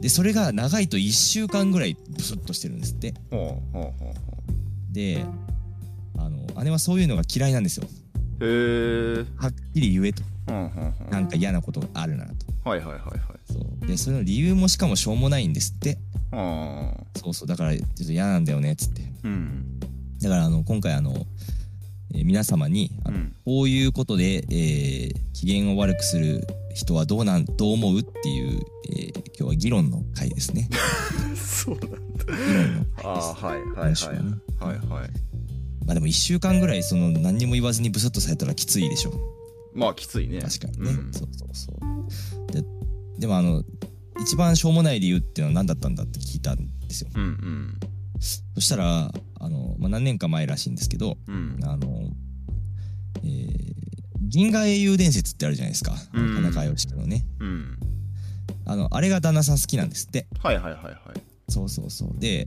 Speaker 2: でそれが長いと1週間ぐらいブスッとしてるんですって
Speaker 1: ほうほうほうほ
Speaker 2: であの姉はそういうのが嫌いなんですよ
Speaker 1: う。へえ。
Speaker 2: はっきり言えと
Speaker 1: うんうんうん。
Speaker 2: なんか嫌なことがあるならと
Speaker 1: はいはいはいはい。
Speaker 2: そうでその理由もしかもしょうもないんですって
Speaker 1: あ
Speaker 2: そうそうだからちょっと嫌なんだよねっつって
Speaker 1: あ。うん。
Speaker 2: だからあの今回あの、えー皆様にあ
Speaker 1: う
Speaker 2: の、
Speaker 1: ん。
Speaker 2: こういうことで、えー機嫌を悪くする人はどうなんどう思うっていう、えー今日は議論の回ですね
Speaker 1: [laughs] そうなんだ。
Speaker 2: 議論の
Speaker 1: ああ、はいはい
Speaker 2: 回です
Speaker 1: はい。
Speaker 2: 今週はね
Speaker 1: はいはい。
Speaker 2: まあでも1週間ぐらいその何にも言わずにブスッとされたらきついでしょ
Speaker 1: まあ、きついね。
Speaker 2: 確かにね、
Speaker 1: うん
Speaker 2: そうそうそうででもあの一番しょうもない理由っていうのは何だったんだって聞いたんですよ
Speaker 1: うん
Speaker 2: そしたらあの、まあ、何年か前らしいんですけど
Speaker 1: うん。うん。
Speaker 2: あの、えー銀河英雄伝説ってあるじゃないですか
Speaker 1: うん
Speaker 2: 田中義樹のね
Speaker 1: うん。
Speaker 2: あのあれが旦那さん好きなんですって
Speaker 1: はいはいはいはい。
Speaker 2: そうそうそうで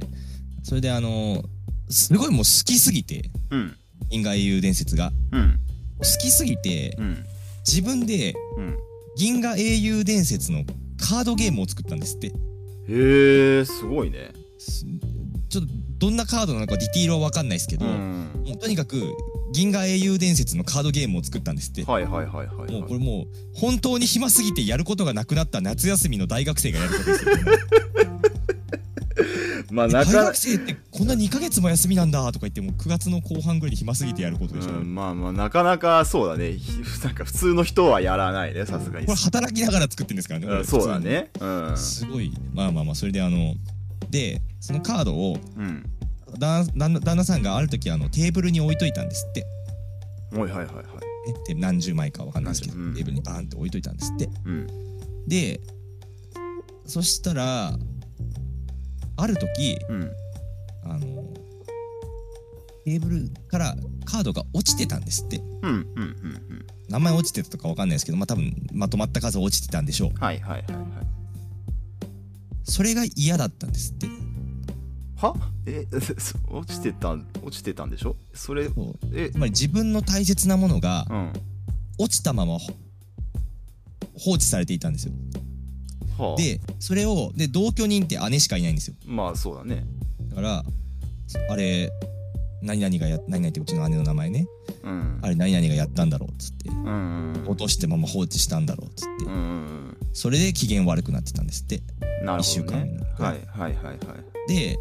Speaker 2: それであのすごいもう好きすぎて
Speaker 1: うん。
Speaker 2: 銀河英雄伝説が
Speaker 1: うん。
Speaker 2: 好きすぎて
Speaker 1: うん。
Speaker 2: 自分で
Speaker 1: うん。
Speaker 2: 銀河英雄伝説のカードゲームを作ったんですって
Speaker 1: へえ、すごいね。
Speaker 2: すちょっとどんなカードなのかディティールは分かんないですけど、
Speaker 1: うん。
Speaker 2: もうとにかく銀河英雄伝説のカードゲームを作ったんですって、
Speaker 1: はいはいはいはい。
Speaker 2: もうこ
Speaker 1: は
Speaker 2: れ
Speaker 1: い
Speaker 2: もう本当に暇すぎてやることがなくなった夏休みの大学生がやることですよ
Speaker 1: まあ、な
Speaker 2: 大
Speaker 1: か
Speaker 2: 学、生ってこんな2ヶ月も休みなんだとか言っても9月の後半ぐらいに暇すぎてやること
Speaker 1: う
Speaker 2: でしょ、
Speaker 1: ん、まあまあ、なかなかそうだね。ひなんか普通の人はやらないね、さすがに
Speaker 2: これ。働きながら作ってるんですからね、こ
Speaker 1: う
Speaker 2: れ
Speaker 1: んそうだね。うん
Speaker 2: 普。通にすごいまあまあまあそれであのでそのカードを
Speaker 1: うん。
Speaker 2: 旦旦旦那さんがある時あのテーブルに置いといたんですって
Speaker 1: はいはいはいはい。
Speaker 2: ねで何十枚かわかんないですけど、
Speaker 1: 何十うん
Speaker 2: テーブルにバーンって置いといたんですって
Speaker 1: うん。
Speaker 2: でそしたらある時
Speaker 1: うん。
Speaker 2: あのテーブルからカードが落ちてたんですって
Speaker 1: うん。うん。うん。うん。
Speaker 2: 名前落ちてたとかわかんないですけどまあ多分まとまった数落ちてたんでしょう
Speaker 1: はいはいはいはい。
Speaker 2: それが嫌だったんですって
Speaker 1: はえ、 [laughs] そ落ちてたん、落ちてたんでしょそれ、
Speaker 2: そう
Speaker 1: え
Speaker 2: つ、まり自分の大切なものが
Speaker 1: うん。
Speaker 2: 落ちたままほ放置されていたんですよ
Speaker 1: はあ、
Speaker 2: でそれをで同居人って姉しかいないんですよ
Speaker 1: まあそうだね。
Speaker 2: だからあれ何々がや何々ってうちの姉の名前ね
Speaker 1: うん。
Speaker 2: あれ何々がやったんだろうっつって
Speaker 1: うんうん
Speaker 2: 落としてまま放置したんだろうっつって
Speaker 1: うんうん
Speaker 2: それで機嫌悪くなってたんですって
Speaker 1: うん。なる
Speaker 2: 一週
Speaker 1: ほど
Speaker 2: 間
Speaker 1: ね。はいはいはいはい。
Speaker 2: で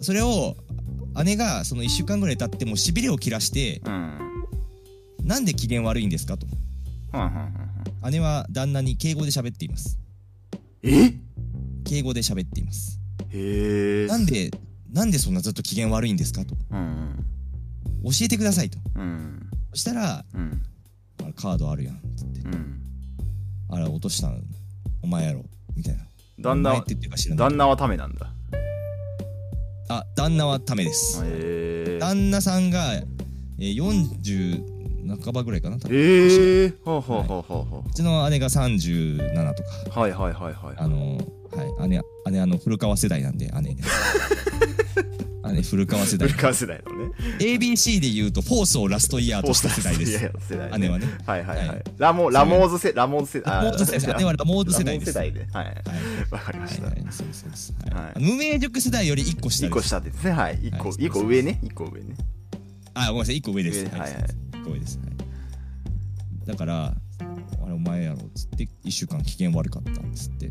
Speaker 2: それを姉がその1週間ぐらい経ってもうしびれを切らして
Speaker 1: うん。うん
Speaker 2: 「なんで機嫌悪いんですか?」と
Speaker 1: うんうんうん
Speaker 2: 姉は旦那に敬語で喋っています
Speaker 1: えへ
Speaker 2: 敬語で喋っています
Speaker 1: え
Speaker 2: なんでなんでそんなずっと機嫌悪いんですかと
Speaker 1: うん
Speaker 2: 教えてくださいと
Speaker 1: うんうん
Speaker 2: そしたら
Speaker 1: うん
Speaker 2: あれカードあるやんつって
Speaker 1: うん
Speaker 2: あれ落としたんお前やろみたいな
Speaker 1: 旦
Speaker 2: お
Speaker 1: 那
Speaker 2: 前っ
Speaker 1: は
Speaker 2: て言ってるか知らない
Speaker 1: 旦那はためなんだ
Speaker 2: あ旦那はためです
Speaker 1: へえ
Speaker 2: 旦那さんが、えー、40半ばぐらいかな多分
Speaker 1: ええほうほうほうほうほ
Speaker 2: うちの姉が37とか
Speaker 1: うはいはいはいはい
Speaker 2: あのはい姉姉あの古川世代なんで
Speaker 1: [laughs]
Speaker 2: 姉姉古川世代
Speaker 1: 古川世代のね
Speaker 2: ABC で言うとフォースをラストイヤーとした世代で
Speaker 1: いやい
Speaker 2: す
Speaker 1: や世代
Speaker 2: 姉はね
Speaker 1: はいはいは
Speaker 2: はいい
Speaker 1: ラモラモーズ世ラモーズ世
Speaker 2: ラモーズ世代
Speaker 1: あ
Speaker 2: 姉はラモーズ世代です
Speaker 1: ラモーズ世代ではい
Speaker 2: はい
Speaker 1: わかりました
Speaker 2: はいはいそうですそうですはい
Speaker 1: はい
Speaker 2: 無名塾世代より1個下
Speaker 1: 一
Speaker 2: で
Speaker 1: 個
Speaker 2: す
Speaker 1: 下ですねはい一個
Speaker 2: はい
Speaker 1: 一個上ね一個上ね
Speaker 2: あごめんなさい1個上です
Speaker 1: 上はいはい
Speaker 2: 1個上ですはいだからあれお前やろっつって1週間機嫌悪かったんですって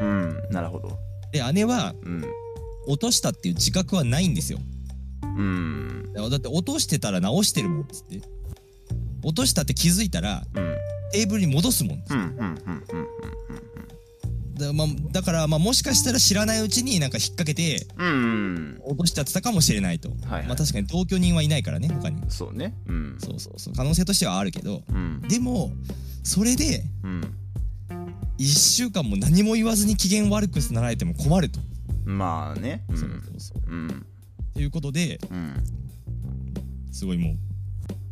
Speaker 1: うんなるほど
Speaker 2: で姉は
Speaker 1: うん
Speaker 2: 落としたっていう自覚はないんですよ
Speaker 1: うん
Speaker 2: だって落としてたら直してるもんっつって落としたって気づいたら
Speaker 1: うん
Speaker 2: テーブルに戻すもん
Speaker 1: うんうんうんうんうん
Speaker 2: だ,、まあ、だから、まあ、もしかしたら知らないうちになんか引っ掛けて
Speaker 1: うんうん
Speaker 2: 落としちゃってたかもしれないと、
Speaker 1: はいはい
Speaker 2: まあ、確かに同居人はいないからね他に
Speaker 1: そうねうん
Speaker 2: そうそうそう可能性としてはあるけど
Speaker 1: うん
Speaker 2: でもそれで
Speaker 1: うん
Speaker 2: 1週間も何も言わずに機嫌悪くなられても困ると、
Speaker 1: まあねう
Speaker 2: そうんそうそう
Speaker 1: うん
Speaker 2: ということで
Speaker 1: うん
Speaker 2: すごいもう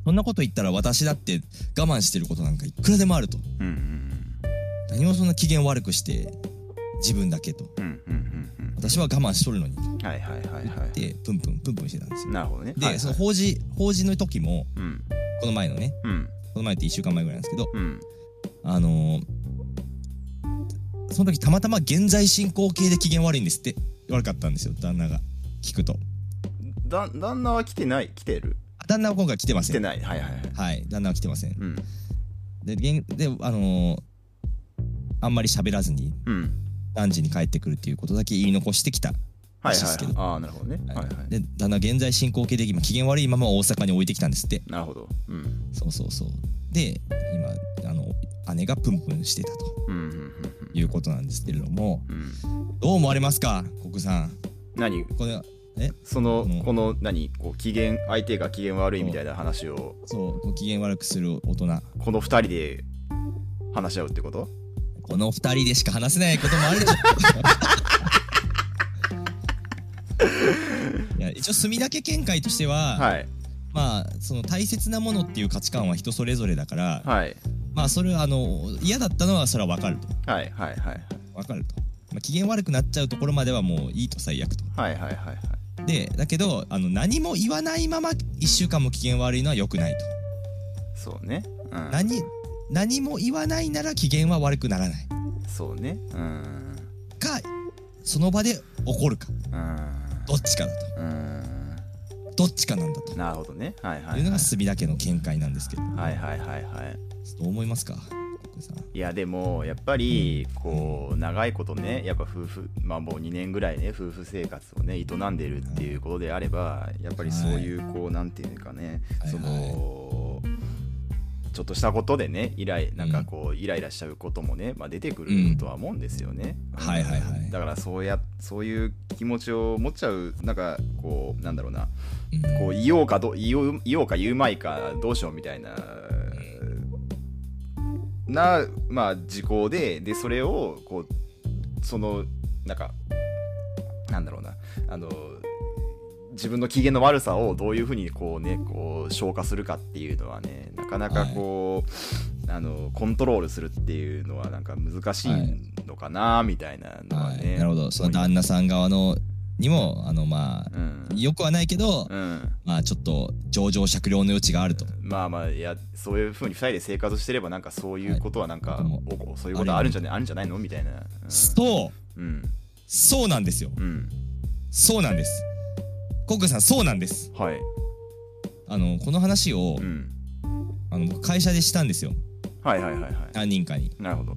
Speaker 2: そんなこと言ったら私だって我慢してることなんかいくらでもあると
Speaker 1: うんうん
Speaker 2: 何もそんな機嫌悪くして自分だけと
Speaker 1: うんうんうん
Speaker 2: 私は我慢しとるのに
Speaker 1: うんはいはいはいは
Speaker 2: でプンプンプンプンしてたんです
Speaker 1: い
Speaker 2: よ
Speaker 1: なるほどね
Speaker 2: で、
Speaker 1: はいはい
Speaker 2: その法事法事の時も
Speaker 1: うん
Speaker 2: この前のね
Speaker 1: うん
Speaker 2: この前って1週間前ぐらいなんですけど
Speaker 1: うん
Speaker 2: あのー、その時たまたま現在進行形で機嫌悪いんですって悪かったんですよ旦那が聞くと
Speaker 1: だ旦那は来てない来てる
Speaker 2: あ旦那は今回来てま
Speaker 1: 来
Speaker 2: せ
Speaker 1: て
Speaker 2: ん
Speaker 1: ないはいはいはい
Speaker 2: はい旦那は来てません
Speaker 1: うん
Speaker 2: で現であのー、あんまり喋らずに
Speaker 1: うん
Speaker 2: 何時に帰ってくるっていうことだけ言い残してきた
Speaker 1: はい
Speaker 2: らしいです
Speaker 1: は
Speaker 2: け
Speaker 1: い
Speaker 2: ど
Speaker 1: ああなるほどねはいはい
Speaker 2: で旦那現在進行形で今機嫌悪いまま大阪に置いてきたんですって
Speaker 1: なるほどうん
Speaker 2: そうそうそうで今あの姉がプンプンしてたと
Speaker 1: うんうんうん
Speaker 2: いうことなんですけれども
Speaker 1: うんうん
Speaker 2: どう思われますか国さん
Speaker 1: 何
Speaker 2: これ
Speaker 1: その
Speaker 2: うん
Speaker 1: この何こう機嫌相手が機嫌悪いみたいな話を
Speaker 2: そうご機嫌悪くする大人
Speaker 1: この二人で話し合うってこと
Speaker 2: この二人でしか話せないこともあるでしょいや一応墨だけ見解としては、
Speaker 1: はい
Speaker 2: まあその大切なものっていう価値観は人それぞれだから、
Speaker 1: はい
Speaker 2: まあそれはあの嫌だったのはそれは分かると
Speaker 1: はいはいはい
Speaker 2: 分かると、まあ、機嫌悪くなっちゃうところまではもういいと最悪と
Speaker 1: はいはいはいはい
Speaker 2: でだけどあの何も言わないまま1週間も機嫌悪いのは良くないと
Speaker 1: そうねうん
Speaker 2: 何何も言わないなら機嫌は悪くならない
Speaker 1: そうねうん
Speaker 2: かその場で怒るか
Speaker 1: うん
Speaker 2: どっちかだ
Speaker 1: うん
Speaker 2: とどっちかなんだと
Speaker 1: なるほどねはいはいいう
Speaker 2: のが墨田家の見解なんですけど
Speaker 1: はいはいはいはい
Speaker 2: どう思いますか国さん
Speaker 1: いやでもやっぱりこう長いことねやっぱ夫婦まあもう2年ぐらいね夫婦生活をね営んでいるっていうことであればやっぱりそういうこうなんていうかね
Speaker 2: はい
Speaker 1: そのちょっとしたことでねイライなんかこうイライラしちゃうこともねまあ出てくるとは思うんですよね。
Speaker 2: はいはいはい
Speaker 1: だからそうやそういう気持ちを持っちゃうなんかこうなんだろうなこう言おうかど言おう言おうか言うまいかどうしようみたいな、なまあ時効ででそれをこうそのなんかなんだろうなあの自分の機嫌の悪さをどういうふうにこうねこう消化するかっていうのはねなかなかこう、あのコントロールするっていうのはなんか難しいのかなみたいなのは
Speaker 2: は
Speaker 1: ね、
Speaker 2: いなるほどその旦那さん側のにもあのまあ
Speaker 1: うん、
Speaker 2: よくはないけど、
Speaker 1: うん
Speaker 2: まあちょっと情状酌量の余地があると、
Speaker 1: まあまあいやそういうふうに2人で生活してればなんかそういうことはなんか、
Speaker 2: はい僕も
Speaker 1: おこそういうことあるんじゃないあるんじゃないのみたいな
Speaker 2: そう
Speaker 1: うん
Speaker 2: そうなんですよ
Speaker 1: うん、
Speaker 2: そうなんです国家さんそうなんです
Speaker 1: うん、はい
Speaker 2: あのこの話を、
Speaker 1: うん
Speaker 2: あの僕会社でしたんですよ
Speaker 1: はいはいはいはい
Speaker 2: 何人かに
Speaker 1: なるほど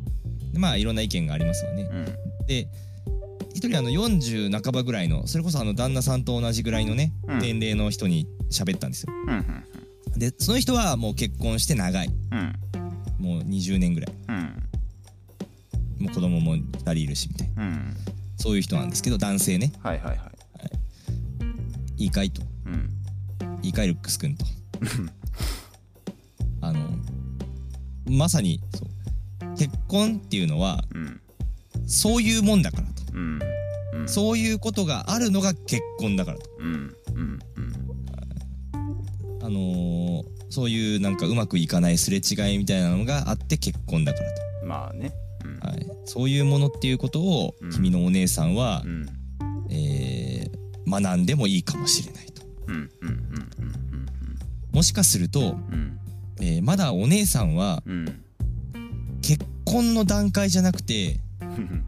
Speaker 2: でまあいろんな意見がありますわね
Speaker 1: うん
Speaker 2: で一人あの40半ばぐらいのそれこそあの旦那さんと同じぐらいのね、
Speaker 1: うん
Speaker 2: 年齢の人に喋ったんですよ
Speaker 1: うんうん
Speaker 2: でその人はもう結婚して長い
Speaker 1: うん
Speaker 2: もう20年ぐらい
Speaker 1: うん
Speaker 2: もう子供も2人いるしみたいな
Speaker 1: うん
Speaker 2: そういう人なんですけど男性ね
Speaker 1: はいはいはい
Speaker 2: いいかいと
Speaker 1: うん
Speaker 2: いいかいルックス
Speaker 1: [laughs]
Speaker 2: くんとあのまさにそう結婚っていうのは
Speaker 1: うん
Speaker 2: そういうもんだからと
Speaker 1: うんうん
Speaker 2: そういうことがあるのが結婚だからと
Speaker 1: うんうんうん
Speaker 2: あのーそういうなんかうまくいかないすれ違いみたいなのがあって結婚だからと
Speaker 1: まあねうん
Speaker 2: はい、そういうものっていうことを
Speaker 1: うん
Speaker 2: 君のお姉さんは、
Speaker 1: うん
Speaker 2: えー学んでもいいかもしれないと
Speaker 1: うんうんうんうん
Speaker 2: もしかすると、
Speaker 1: うん
Speaker 2: えーまだお姉さんは
Speaker 1: うんうん
Speaker 2: 結婚の段階じゃなくて
Speaker 1: ふふ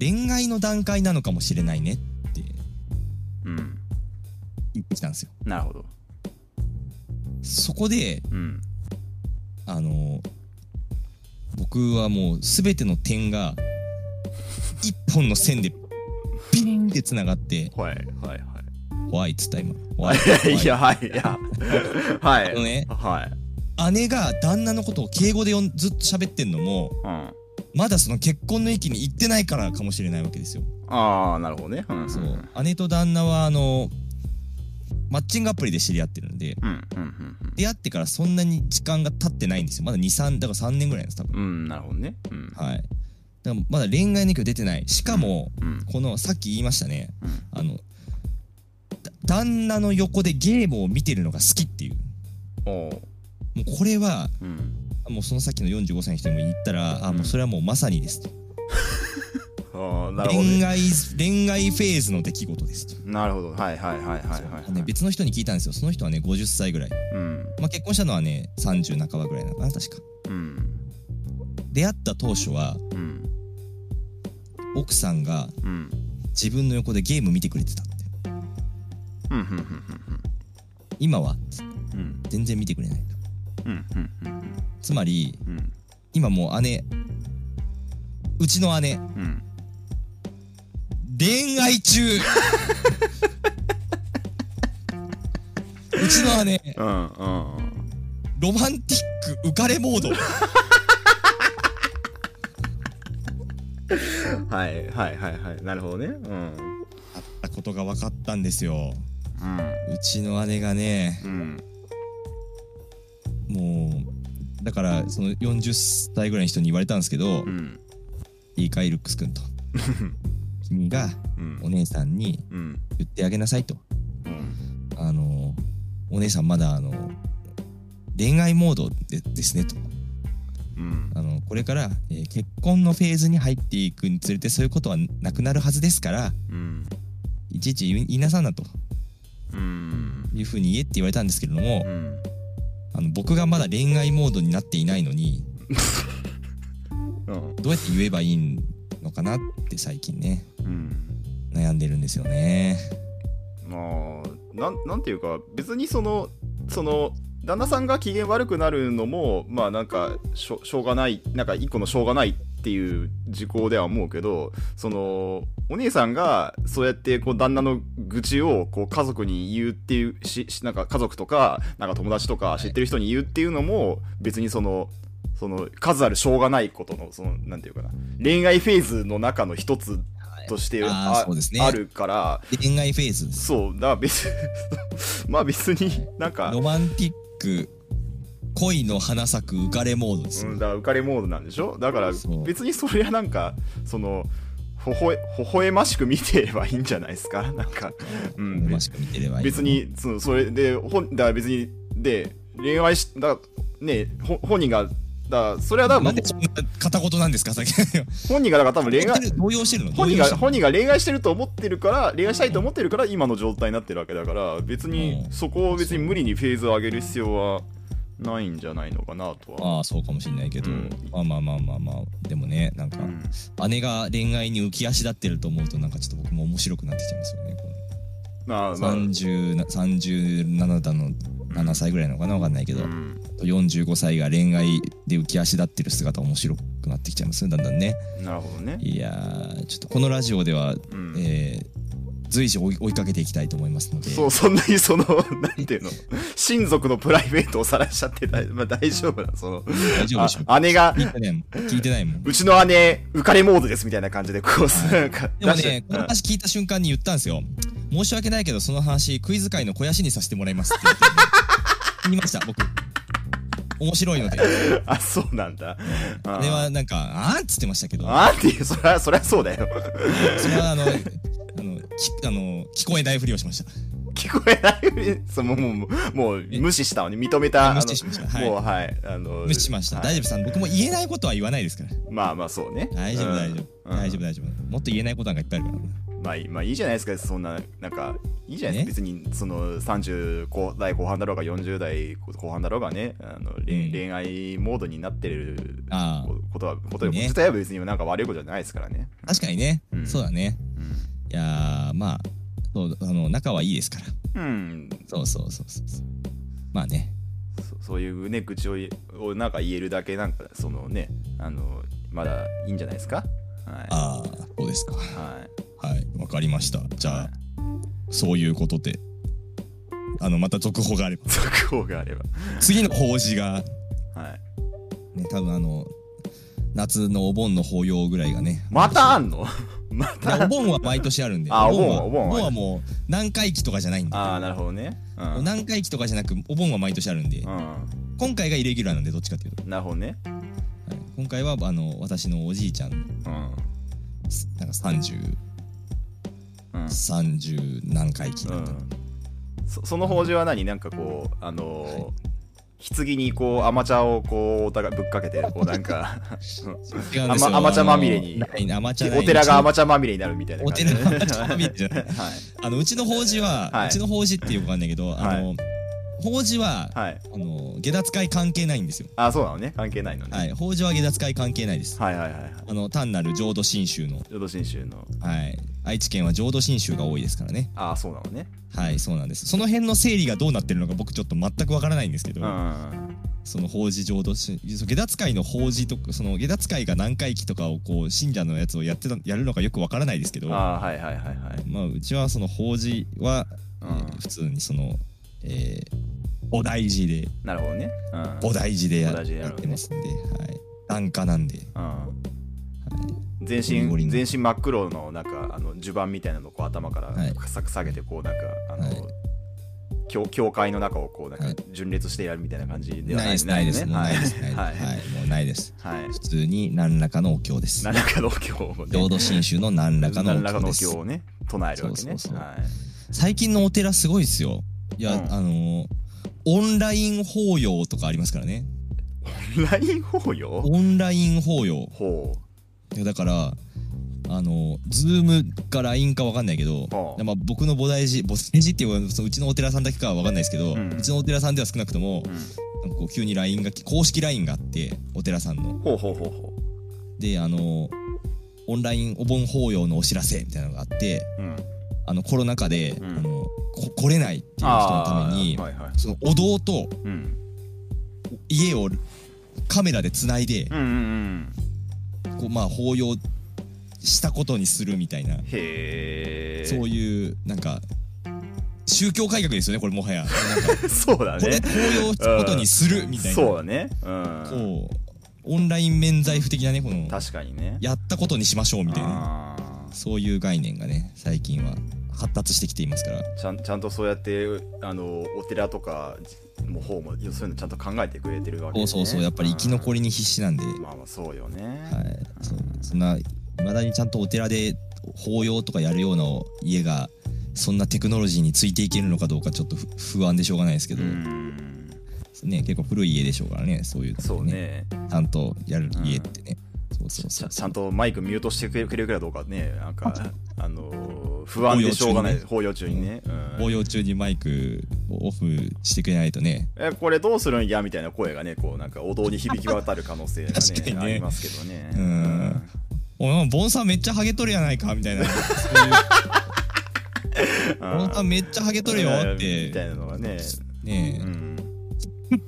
Speaker 2: 恋愛の段階なのかもしれないねって
Speaker 1: うん
Speaker 2: 言ってきたんですよ
Speaker 1: なるほど
Speaker 2: そこで
Speaker 1: うん
Speaker 2: あのー僕はもう全ての点が一本の線でピンってつながって
Speaker 1: はいはい
Speaker 2: 「怖い」っつった今「怖い」
Speaker 1: はい
Speaker 2: 怖
Speaker 1: [laughs] いやはいいやは
Speaker 2: あの
Speaker 1: い
Speaker 2: ね
Speaker 1: はい
Speaker 2: 姉が旦那のことを敬語で呼んずっと喋ってんのも
Speaker 1: うん
Speaker 2: まだその結婚の域に行ってないからかもしれないわけですよ。
Speaker 1: ああなるほどねうん
Speaker 2: そ
Speaker 1: うん
Speaker 2: う姉と旦那はあのマッチングアプリで知り合ってるんで
Speaker 1: うんうん
Speaker 2: 出会ってからそんなに時間が経ってないんですよまだ23だから3年ぐらいなんです
Speaker 1: う
Speaker 2: 多
Speaker 1: んう
Speaker 2: 分
Speaker 1: んなるほどねうん
Speaker 2: はいだからまだ恋愛の域を出てないしかも
Speaker 1: うん
Speaker 2: このさっき言いましたね
Speaker 1: うん
Speaker 2: あのだ旦那の横でゲームを見てるのが好きっていう
Speaker 1: おう
Speaker 2: もうこれは
Speaker 1: うん
Speaker 2: もうそのさっきの45歳の人にも言ったらあもうそれはもうまさにですと
Speaker 1: ああなるほど
Speaker 2: 恋
Speaker 1: ね
Speaker 2: 愛恋愛フェーズの出来事ですと、
Speaker 1: なるほどはいはいはいはいはい
Speaker 2: ね、別の人に聞いたんですよその人はね50歳ぐらい、
Speaker 1: うん
Speaker 2: まあ、結婚したのはね30半ばぐらいなのかな確か
Speaker 1: うん
Speaker 2: 出会った当初は
Speaker 1: うん
Speaker 2: 奥さんが
Speaker 1: うん
Speaker 2: 自分の横でゲーム見てくれてたって
Speaker 1: うんうんうん
Speaker 2: 今は
Speaker 1: うん
Speaker 2: 全然見てくれないと
Speaker 1: うんうんうん
Speaker 2: つまり
Speaker 1: うん
Speaker 2: 今もう姉うちの姉
Speaker 1: うん
Speaker 2: 恋愛中
Speaker 1: [laughs]
Speaker 2: うちの姉
Speaker 1: うんうんうん
Speaker 2: ロマンティック浮かれモード
Speaker 1: はいはいはいはいなるほどねうん
Speaker 2: あったことが分かったんですよ
Speaker 1: うん
Speaker 2: うちの姉がね
Speaker 1: うん
Speaker 2: もうだからその40歳ぐらいの人に言われたんですけど
Speaker 1: うん
Speaker 2: 「いいかいルックスくん」と「君が
Speaker 1: うん
Speaker 2: お姉さんに
Speaker 1: うん
Speaker 2: 言ってあげなさい」と
Speaker 1: うん
Speaker 2: 「あのお姉さんまだあの恋愛モードでですね」と
Speaker 1: うん
Speaker 2: 「あのこれから、えー結婚のフェーズに入っていくにつれてそういうことはなくなるはずですから
Speaker 1: うん
Speaker 2: いちいち言い言いなさんな」と
Speaker 1: うん
Speaker 2: いうふうに言えって言われたんですけれども
Speaker 1: うん
Speaker 2: あの僕がまだ恋愛モードになっていないのに
Speaker 1: うん
Speaker 2: どうやって言えばいいのかなって最近ね
Speaker 1: うん
Speaker 2: 悩んでるんですよね
Speaker 1: まあなんなんていうか別にそのその旦那さんが機嫌悪くなるのもまあなんかしょしょうがないなんか一個のしょうがないっていう事項では思うけどそのお姉さんがそうやってこう旦那の愚痴をこう家族に言うっていうししなんか家族とかなんか友達とか知ってる人に言うっていうのも別にそのその数あるしょうがないことのそのなんていうかな恋愛フェーズの中の一つとして
Speaker 2: あーそうですね
Speaker 1: あるから
Speaker 2: 恋愛フェーズです
Speaker 1: そう、だから別に、 [laughs] まあ別に、なんか、
Speaker 2: ロマンティック恋の花咲く浮かれモードです、
Speaker 1: うん、だから浮かれモードなんでしょだから
Speaker 2: そう
Speaker 1: 別にそれはなんか、その、ほほえ、微笑ましく見てればいいんじゃないですか [laughs] なんか、う、
Speaker 2: うんましく見てればいい
Speaker 1: 別に、そのそれで、ほんだから別に、で、恋愛し、だね、ほ本人が、だからそれはだか
Speaker 2: な
Speaker 1: ら
Speaker 2: んでそんな片言なんですか先ほ
Speaker 1: 本人がだから多分恋愛
Speaker 2: [laughs] 動揺してるの
Speaker 1: 本人
Speaker 2: 動揺して
Speaker 1: が
Speaker 2: る
Speaker 1: 本人が恋愛してると思ってるから恋愛したいと思ってるから今の状態になってるわけだから別に
Speaker 2: うん
Speaker 1: そこを別に無理にフェーズを上げる必要はないんじゃないのかなとは。
Speaker 2: ああそうかもしれないけど、
Speaker 1: うん
Speaker 2: まあまあまあまあまあでもねなんか、
Speaker 1: うん
Speaker 2: 姉が恋愛に浮き足立ってると思うとなんかちょっと僕も面白くなってきちゃいますよねこう
Speaker 1: まあまあ
Speaker 2: 30な37だの7歳ぐらいなのかなわかんないけど、
Speaker 1: うん
Speaker 2: 45歳が恋愛で浮き足立ってる姿面白くなってきちゃいますねだんだんね
Speaker 1: なるほどね。
Speaker 2: いやーちょっとこのラジオでは、
Speaker 1: うん
Speaker 2: えー随時追い追いかけていきたいと思いますので
Speaker 1: そう、そんなにその、 [laughs] なんていうの、親族のプライベートをさらしちゃって大,、まあ、大丈夫な、その、
Speaker 2: 大丈夫でしょうか
Speaker 1: あ姉が、
Speaker 2: 聞いてないもん聞いてないもん
Speaker 1: うちの姉、浮かれモードですみたいな感じで、こう、なんか、
Speaker 2: でも
Speaker 1: 出して
Speaker 2: ねこの話聞いた瞬間に言ったんですよ申し訳ないけどその話クイズ界の肥やしにさせてもらいますって
Speaker 1: [laughs]
Speaker 2: 言って言いました僕面白いので
Speaker 1: うんあ、そうなんだ。あ
Speaker 2: あれはなんかあーっつってましたけど
Speaker 1: あーっていう、そりゃ、そりゃそうだよ。
Speaker 2: それはあのあのきあの聞こえないふりをしました
Speaker 1: 聞こえないふり、そうもう、もう、もう、無視したのに、認めた。
Speaker 2: 無視しました
Speaker 1: あのもう、はい。あの、
Speaker 2: 無視しました、
Speaker 1: はい
Speaker 2: 大丈夫さん僕も言えないことは言わないですから
Speaker 1: まあまあ、そうね。
Speaker 2: 大丈夫大丈夫、
Speaker 1: うん
Speaker 2: 大丈夫大丈夫もっと言えないことなんかいっぱいあるから
Speaker 1: まあいい、まあいいじゃないですか、そんな、なんか、いいじゃないですか、別に、その、30後代後半だろうが、40代後半だろうがね、あの恋
Speaker 2: うん
Speaker 1: 恋愛モードになってる
Speaker 2: あ
Speaker 1: こことは、こと
Speaker 2: ね
Speaker 1: 自体は別になんか悪いことじゃないですからね。
Speaker 2: あ確かにね、
Speaker 1: うん
Speaker 2: そうだねいやーまあそうあの仲はいいですから
Speaker 1: うん、うん
Speaker 2: そうそうそうそうそうまあね
Speaker 1: そそういうね、愚痴を言をなんか言えるだけ、なんか、そのね、あの、まだいいんじゃないですか。は
Speaker 2: ああそうですか
Speaker 1: い。はい。
Speaker 2: はいわかりましたじゃあ、
Speaker 1: はい
Speaker 2: そういうことであのまた続報があれば
Speaker 1: 続報があれば。
Speaker 2: 次の法事が
Speaker 1: はい。
Speaker 2: ね多分あの夏のお盆の法要ぐらいがね
Speaker 1: またあんの [laughs] ま
Speaker 2: いや
Speaker 1: た
Speaker 2: お盆は毎年あるんで
Speaker 1: あお盆は
Speaker 2: お
Speaker 1: お
Speaker 2: 盆
Speaker 1: 盆
Speaker 2: は
Speaker 1: は
Speaker 2: お盆はもう何回忌とかじゃないんで
Speaker 1: ああ、なるほどね。うん。
Speaker 2: 何回忌とかじゃなくお盆は毎年あるんで
Speaker 1: う
Speaker 2: 今回がイレギュラーなんでどっちかっていうと、
Speaker 1: ん。なるほどね。
Speaker 2: はい今回はあの私のおじいちゃんの
Speaker 1: うん。
Speaker 2: すなんか30
Speaker 1: うん。
Speaker 2: 30何回忌だった、
Speaker 1: そその法事は何なんかこうあのー棺にこう甘茶をこうお互いぶっかけてこうなん [laughs] か
Speaker 2: 違うんですよ
Speaker 1: あま甘茶まみれに
Speaker 2: ない甘茶ない
Speaker 1: お寺が甘茶まみれになるみたいな
Speaker 2: お
Speaker 1: 感じ
Speaker 2: 寺
Speaker 1: で
Speaker 2: が甘茶まみれじゃない
Speaker 1: は
Speaker 2: あのうちの法事は、
Speaker 1: はいう
Speaker 2: ちの法事っていうかわかんないけどあの、法事は、
Speaker 1: いはい
Speaker 2: あの下脱会関係ないんですよ
Speaker 1: あそうなのね関係ないのね、
Speaker 2: はい法事は下脱会関係ないです
Speaker 1: はい、はいはいはい
Speaker 2: あの単なる浄土真宗の、
Speaker 1: 浄土真宗の
Speaker 2: はい、愛知県は浄土真宗が多いですからね
Speaker 1: あそうなのね
Speaker 2: はいそうなんですその辺の整理がどうなってるのか僕ちょっと全くわからないんですけ
Speaker 1: う
Speaker 2: ど、
Speaker 1: んうん
Speaker 2: その法事浄土真その下脱会の法事とかその下脱会が何回忌とかをこう信者のやつをやってたやるのかよくわからないですけど
Speaker 1: うんあはいはいはいはい
Speaker 2: まあ、うちはその法事は、えー
Speaker 1: うん
Speaker 2: 普通にその、えーお大事で
Speaker 1: なるほどねうん
Speaker 2: お大事でや
Speaker 1: お大事でや
Speaker 2: や
Speaker 1: るの
Speaker 2: っ
Speaker 1: ね
Speaker 2: てますんで、はい、檀家なんで、
Speaker 1: うん全
Speaker 2: ゴリゴリ
Speaker 1: 身
Speaker 2: の
Speaker 1: 全身真っ黒のなんかあの襦袢みたいなのをこう頭から
Speaker 2: はい
Speaker 1: サク下げてこうなんかあの、
Speaker 2: はい
Speaker 1: 教教会の中をこうな
Speaker 2: は
Speaker 1: ん
Speaker 2: い
Speaker 1: か順列してやるみたいな感じでは
Speaker 2: ないですないですもうないですないです、
Speaker 1: はい
Speaker 2: はいもうないです
Speaker 1: はい
Speaker 2: 普通に何らかのお経です
Speaker 1: 何らかのお経をね
Speaker 2: 浄土真宗の何らかの
Speaker 1: 何らか
Speaker 2: お経
Speaker 1: のお
Speaker 2: です
Speaker 1: 経をね唱えるわけね
Speaker 2: そうそうそう
Speaker 1: はい
Speaker 2: 最近のお寺すごいですよいや、
Speaker 1: うん
Speaker 2: あのーオンライン法要とかありますからね
Speaker 1: オンライン法要
Speaker 2: オンライン法要
Speaker 1: ほ
Speaker 2: いやだからあのズームか LINE かわかんないけど、
Speaker 1: ああ
Speaker 2: まあ、僕の菩提寺菩提寺っていうそのうちのお寺さんだけかはわかんないですけど、う
Speaker 1: うん
Speaker 2: ちのお寺さんでは少なくとも
Speaker 1: う、うん
Speaker 2: なんかこう急に LINE が来公式 LINE があってお寺さんの
Speaker 1: ほうほうほうほ
Speaker 2: であのオンラインお盆法要のお知らせみたいなのがあって
Speaker 1: ううん
Speaker 2: あのコロナ禍で、
Speaker 1: うん
Speaker 2: あのこ来れないっていう人のために
Speaker 1: あーはいはい
Speaker 2: そのお堂と
Speaker 1: うん
Speaker 2: 家をカメラでつないで、
Speaker 1: うんうんうん
Speaker 2: こうまあ法要したことにするみたいな
Speaker 1: へえ
Speaker 2: そういう、なんか、宗教改革ですよね、これもはや。なんか
Speaker 1: [laughs] そうだ
Speaker 2: これ、
Speaker 1: ね
Speaker 2: 応用したことにするみたいな。
Speaker 1: そうだねうん
Speaker 2: こう、オンライン免罪符的なね、この、
Speaker 1: 確かにね
Speaker 2: やったことにしましょうみたいな。
Speaker 1: あー
Speaker 2: そういう概念がね、最近は発達してきていますから。
Speaker 1: ちゃんちゃんとそうやってあのお寺とかも方もそういうのちゃんと考えてくれてるわけ
Speaker 2: そうそうそう、やっぱり生き残
Speaker 1: り
Speaker 2: りに必死なんで、は
Speaker 1: まあまあそうよね、
Speaker 2: い。そうそんな、いまだにちゃんとお寺で法要とかやるような家が、そんなテクノロジーについていけるのかどうかちょっと不不安でしょうがないですけ
Speaker 1: う
Speaker 2: ど、
Speaker 1: ん
Speaker 2: ね、結構古い家でしょうからね、そういうのって
Speaker 1: そうね
Speaker 2: ちゃんとやる家ってね。そうそう
Speaker 1: ち
Speaker 2: そ
Speaker 1: ゃ。
Speaker 2: うん
Speaker 1: ちゃんとマイクミュートしてくれくれるかどうかねなん
Speaker 2: [laughs]
Speaker 1: かあのー不安でしょうがない法要中にね、う
Speaker 2: 応
Speaker 1: ん、
Speaker 2: 用中にマイクをオフしてくれないとね。
Speaker 1: えこれどうするんやみたいな声がねこうなんかお堂に響き渡る可能性が
Speaker 2: 確
Speaker 1: ね
Speaker 2: かにね
Speaker 1: ありますけどね
Speaker 2: うん
Speaker 1: うん
Speaker 2: お前、ボンさんめっちゃハゲとるやないかみたいな。そういうボンさんめっちゃハゲとるよっ
Speaker 1: みたい
Speaker 2: て、
Speaker 1: なのがね、
Speaker 2: ね
Speaker 1: う
Speaker 2: え、
Speaker 1: ん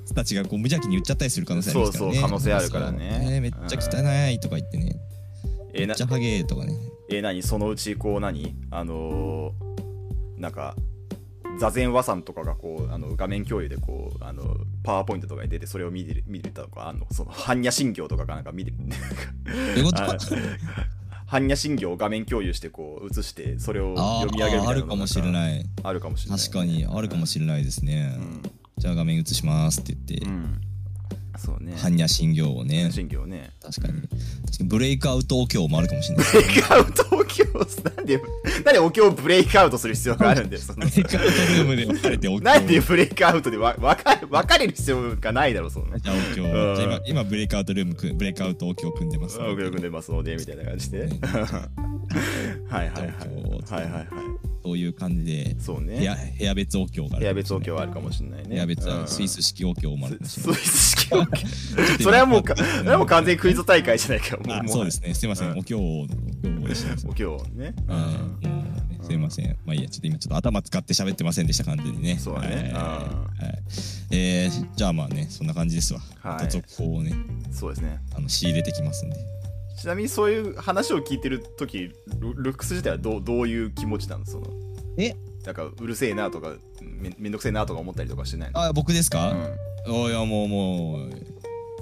Speaker 2: 人たちがこう無邪気に言っちゃったりする可能性ありますからね。
Speaker 1: そうそう可能性あるからね
Speaker 2: そうめっちゃ汚いとか言ってね。
Speaker 1: え
Speaker 2: め
Speaker 1: な
Speaker 2: っちゃハゲとかね。
Speaker 1: えー、何そのうちこう何あのーなんか座禅和さんとかがこうあの画面共有でこうあのパワーポイントとかに出てそれを見てる見れたとかあんのその般若心経とかがなんか見てる [laughs]
Speaker 2: どういうこと
Speaker 1: あ般若心経を画面共有してこう映してそれを
Speaker 2: あ
Speaker 1: 読み上げるみ
Speaker 2: ー
Speaker 1: た
Speaker 2: あ
Speaker 1: いな
Speaker 2: る
Speaker 1: の
Speaker 2: か
Speaker 1: が
Speaker 2: もしれ
Speaker 1: ん
Speaker 2: ない
Speaker 1: あるかもしれない
Speaker 2: 確かにあるかもしれないですね、
Speaker 1: うん
Speaker 2: じゃあ画面映しますって言って、
Speaker 1: うんそうね
Speaker 2: 般若心経をね
Speaker 1: 心 [laughs] 経ね
Speaker 2: 確かに確かにブレイクアウトお経もあるかもしれない
Speaker 1: ブレイクアウトお経をなんでなんでお経をブレイクアウトする必要があるんだよその
Speaker 2: ブレイクアウトルームで分かれてお経
Speaker 1: なんでブレイクアウトでわ分かれ分かれる必要がないだろうそんな
Speaker 2: じゃあお経
Speaker 1: うん
Speaker 2: じゃあ今今ブレイクアウトルームくブレイクアウトお経組んでます
Speaker 1: お経を組んでますのでみたいな感じで
Speaker 2: ね
Speaker 1: [laughs] はいはいはい
Speaker 2: 東京
Speaker 1: はいはいはい
Speaker 2: そういう感じで
Speaker 1: そう
Speaker 2: 部屋
Speaker 1: ね
Speaker 2: 部屋別お経があるかもしれな
Speaker 1: 部屋
Speaker 2: い
Speaker 1: 別お経はあるかもしれないね
Speaker 2: 部屋別
Speaker 1: うん
Speaker 2: スイス式お経もあるかもしれ
Speaker 1: ス
Speaker 2: ない
Speaker 1: イス式お経
Speaker 2: [laughs]
Speaker 1: それはもうかそれはもう完全にクイズ大会じゃないかも
Speaker 2: あ
Speaker 1: も
Speaker 2: そうですねすいません、
Speaker 1: うん
Speaker 2: お経をお経をおしてます
Speaker 1: お経をねうん
Speaker 2: はいもうねすいませんまあいいやちょっと今ちょっと頭使って喋ってませんでした完全にね
Speaker 1: そうだね
Speaker 2: はい
Speaker 1: うん
Speaker 2: はいえーじゃあまあねそんな感じですわ、
Speaker 1: はい
Speaker 2: また続報をね
Speaker 1: そうですね
Speaker 2: あの仕入れてきますんで
Speaker 1: ちなみにそういう話を聞いてる時ルルックス自体はどうどういう気持ちなのその
Speaker 2: え
Speaker 1: なんかうるせえなとかめめんどくせえなとか思ったりとかしてないの
Speaker 2: あ僕です
Speaker 1: あ、う
Speaker 2: か、
Speaker 1: ん、
Speaker 2: おいやもうもう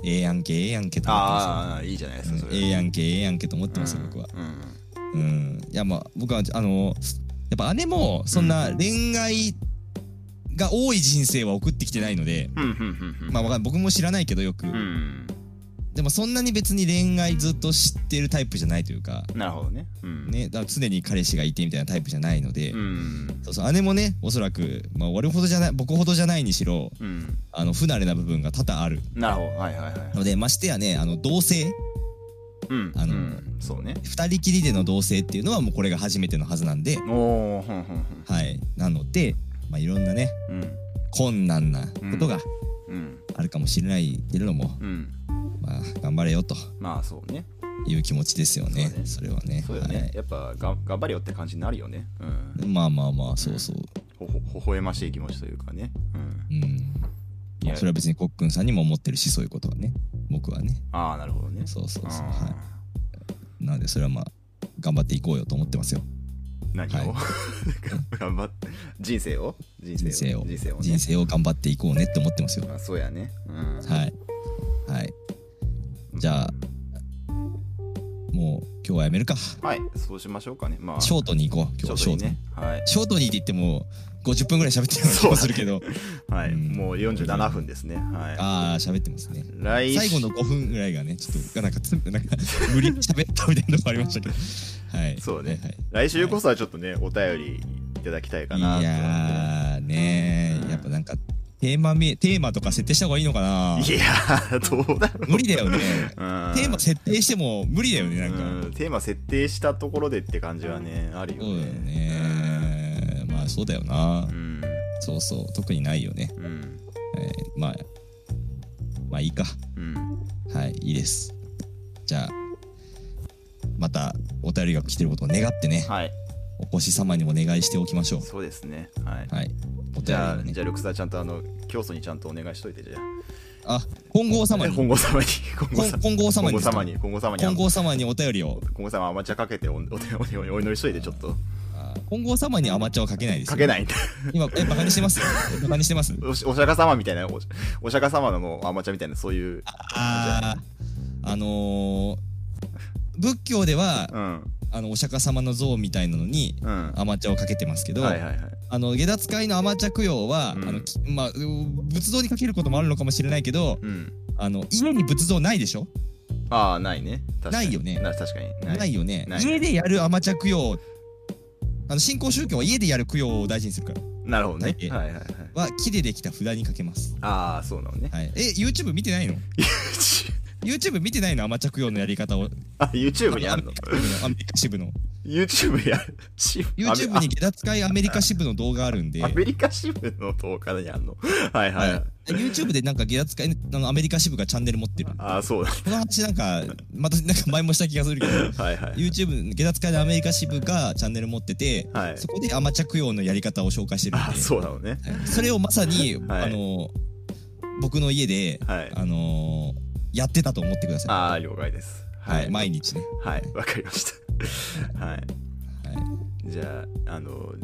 Speaker 2: ええやんけええやんけと思ってま
Speaker 1: あーいいじゃないですすか
Speaker 2: よ
Speaker 1: そ
Speaker 2: うん
Speaker 1: れ
Speaker 2: ええやんけええやんけと思っ
Speaker 1: って
Speaker 2: ます、僕は
Speaker 1: うん
Speaker 2: うんいやまあ僕はあのやっぱ姉もそんな恋愛が多い人生は送ってきてないので、
Speaker 1: うんうんうんうん
Speaker 2: まあわかんない僕も知らないけどよく、
Speaker 1: うん
Speaker 2: でもそんなに別に恋愛ずっと知ってるタイプじゃないというか、
Speaker 1: なるほどねうん
Speaker 2: ね、だから常に彼氏がいてみたいなタイプじゃないので、
Speaker 1: うん
Speaker 2: そうそう姉もねおそらく、まあ、俺ほどじゃない僕ほどじゃないにしろ
Speaker 1: うん
Speaker 2: あの不慣れな部分が多々ある
Speaker 1: なるほどはいはいはい
Speaker 2: のでましてやねあの同棲
Speaker 1: うん
Speaker 2: あの
Speaker 1: うんそうね
Speaker 2: 二人きりでの同棲っていうのはもうこれが初めてのはずなんで、
Speaker 1: おおふんふん
Speaker 2: はい、なので、まあ、いろんなね
Speaker 1: ふんうん
Speaker 2: 困難なことが
Speaker 1: うん
Speaker 2: あるかもしれないけれども、
Speaker 1: うん
Speaker 2: まあ頑張れよと
Speaker 1: まあそうね
Speaker 2: いう気持ちですよねそ
Speaker 1: そう
Speaker 2: れはね
Speaker 1: そうよね、やっぱが頑張れよって感じになるよねうん
Speaker 2: はい、まあまあまあそうそう
Speaker 1: ほほ微笑ましい気持ちというかねうん
Speaker 2: うん
Speaker 1: いや
Speaker 2: それは別にコックンさんにも思ってるしそういうことはね僕はね
Speaker 1: ああなるほどね
Speaker 2: そうそうそう
Speaker 1: あー
Speaker 2: はなのでそれはまあ頑張っていこうよと思ってますよ
Speaker 1: 何を、
Speaker 2: は
Speaker 1: [laughs] 頑張って人生を人
Speaker 2: 人生を
Speaker 1: 人生をね
Speaker 2: 人生を頑張っていこうねって思ってますよ
Speaker 1: あそうやねうん
Speaker 2: はいはいじゃあもう今日はやめるか
Speaker 1: はいそうしましょうかねまあ
Speaker 2: ショートに行こう今日はショー
Speaker 1: に
Speaker 2: トに
Speaker 1: ねはい
Speaker 2: ショートにって言っても50分ぐらい喋ってるような気もするけど、
Speaker 1: はい、
Speaker 2: うん
Speaker 1: もう47分ですねは
Speaker 2: ああ喋ってますね
Speaker 1: い来
Speaker 2: 最後の5分ぐらいがねちょっとなんかつなんか無理に喋ったみたいなのもありましたけどはい
Speaker 1: そうね
Speaker 2: はいはい
Speaker 1: 来週こそはちょっとねお便りいただきたいかなと
Speaker 2: いやーねーやっぱなんかテーマめテーマとか設定した方がいいのかない
Speaker 1: やーどうだ
Speaker 2: [laughs]
Speaker 1: ろう
Speaker 2: 無理だよ
Speaker 1: う
Speaker 2: ね
Speaker 1: ん
Speaker 2: テーマ設定しても無理だよねなんか、
Speaker 1: うんテーマ設定したところでって感じはねあるよ
Speaker 2: そうだよ
Speaker 1: ね
Speaker 2: ねまあそうだよな、
Speaker 1: うん
Speaker 2: そうそう特にないよね、
Speaker 1: うん
Speaker 2: えーまあまあいいか
Speaker 1: うん
Speaker 2: はいいいですじゃあまたお便りが来てることを願ってね
Speaker 1: はい
Speaker 2: お越し様にもお願いしておきましょう
Speaker 1: そうですねはい
Speaker 2: はいお便り
Speaker 1: じゃ
Speaker 2: を
Speaker 1: あ、
Speaker 2: ね
Speaker 1: じゃあ、ルクスはちゃんとあの、教祖にちゃんとお願いしといて、じゃあ。
Speaker 2: あ金剛様に
Speaker 1: 本郷様に、 [laughs] 金
Speaker 2: 金金剛様
Speaker 1: 金
Speaker 2: に
Speaker 1: 剛
Speaker 2: ですか
Speaker 1: 様に、金剛様に、
Speaker 2: 金剛様にお便りを
Speaker 1: 金剛様、アマチュアかけてお、おおおおお祈りしといて、ちょっと、
Speaker 2: あー金剛様にアマチュアはかけないですよ
Speaker 1: かけないんだ。
Speaker 2: 今えバカにして
Speaker 1: [laughs]
Speaker 2: ますバカにしてます
Speaker 1: おしお釈迦様みたいな、おお釈迦様のもうアマチュアみたいな、そういう、
Speaker 2: あーあのー、仏教では
Speaker 1: うん、
Speaker 2: あのお釈迦様の像みたいなのに
Speaker 1: うん。
Speaker 2: アマチュアをかけてますけど、
Speaker 1: はいはいはい。
Speaker 2: あの下脱会のアマチュア供養は、
Speaker 1: うん
Speaker 2: あのきまあう仏像にかけることもあるのかもしれないけど
Speaker 1: うん。
Speaker 2: あの家に仏像ないでしょ
Speaker 1: ああ、ないね。確かに
Speaker 2: ないよね
Speaker 1: な確かに。
Speaker 2: ないよね
Speaker 1: ない
Speaker 2: 家でやるアマチュア供養あの信仰宗教は家でやる供養を大事にするから
Speaker 1: なるほどね。
Speaker 2: ない
Speaker 1: はいはいはい。
Speaker 2: は木でできた札にかけます、
Speaker 1: ああ、そうなのね。
Speaker 2: はい、え YouTube 見てないの YouTube 見てないのアマチュア供養のやり方を
Speaker 1: [laughs] あ、YouTube にあ
Speaker 2: [laughs]
Speaker 1: んの
Speaker 2: アメリカ支部の
Speaker 1: [laughs] ?YouTube やる。チーム
Speaker 2: YouTube に下脱会アメリカ支部の動画あるんで
Speaker 1: あアメリカ支部の動画にあんのはいはいはい。
Speaker 2: YouTube でなんか下脱会のアメリカ支部がチャンネル持ってる
Speaker 1: ああ、そうだ。
Speaker 2: この話なんかまたなんか前もした気がするけど
Speaker 1: [laughs] はいはい。
Speaker 2: YouTube 下脱会のアメリカ支部がチャンネル持ってて、
Speaker 1: はい
Speaker 2: そこでアマチュア供養のやり方を紹介してるんで
Speaker 1: ああ、そうなのね。
Speaker 2: はいそれをまさに、
Speaker 1: はい
Speaker 2: あの僕の家で、
Speaker 1: はい
Speaker 2: あのやってたと思ってくださ
Speaker 1: ああ、了解です。
Speaker 2: い、は
Speaker 1: はいい。
Speaker 2: 毎日ね、
Speaker 1: はい、わかりました。はい。 [laughs]
Speaker 2: はい、
Speaker 1: じゃあ、あの、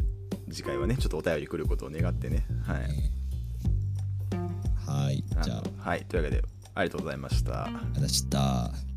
Speaker 1: 次回はねちょっとお便り来ることを願ってねはい
Speaker 2: はい。じゃあ、
Speaker 1: はいというわけでありがとうございました
Speaker 2: ありがとうございました。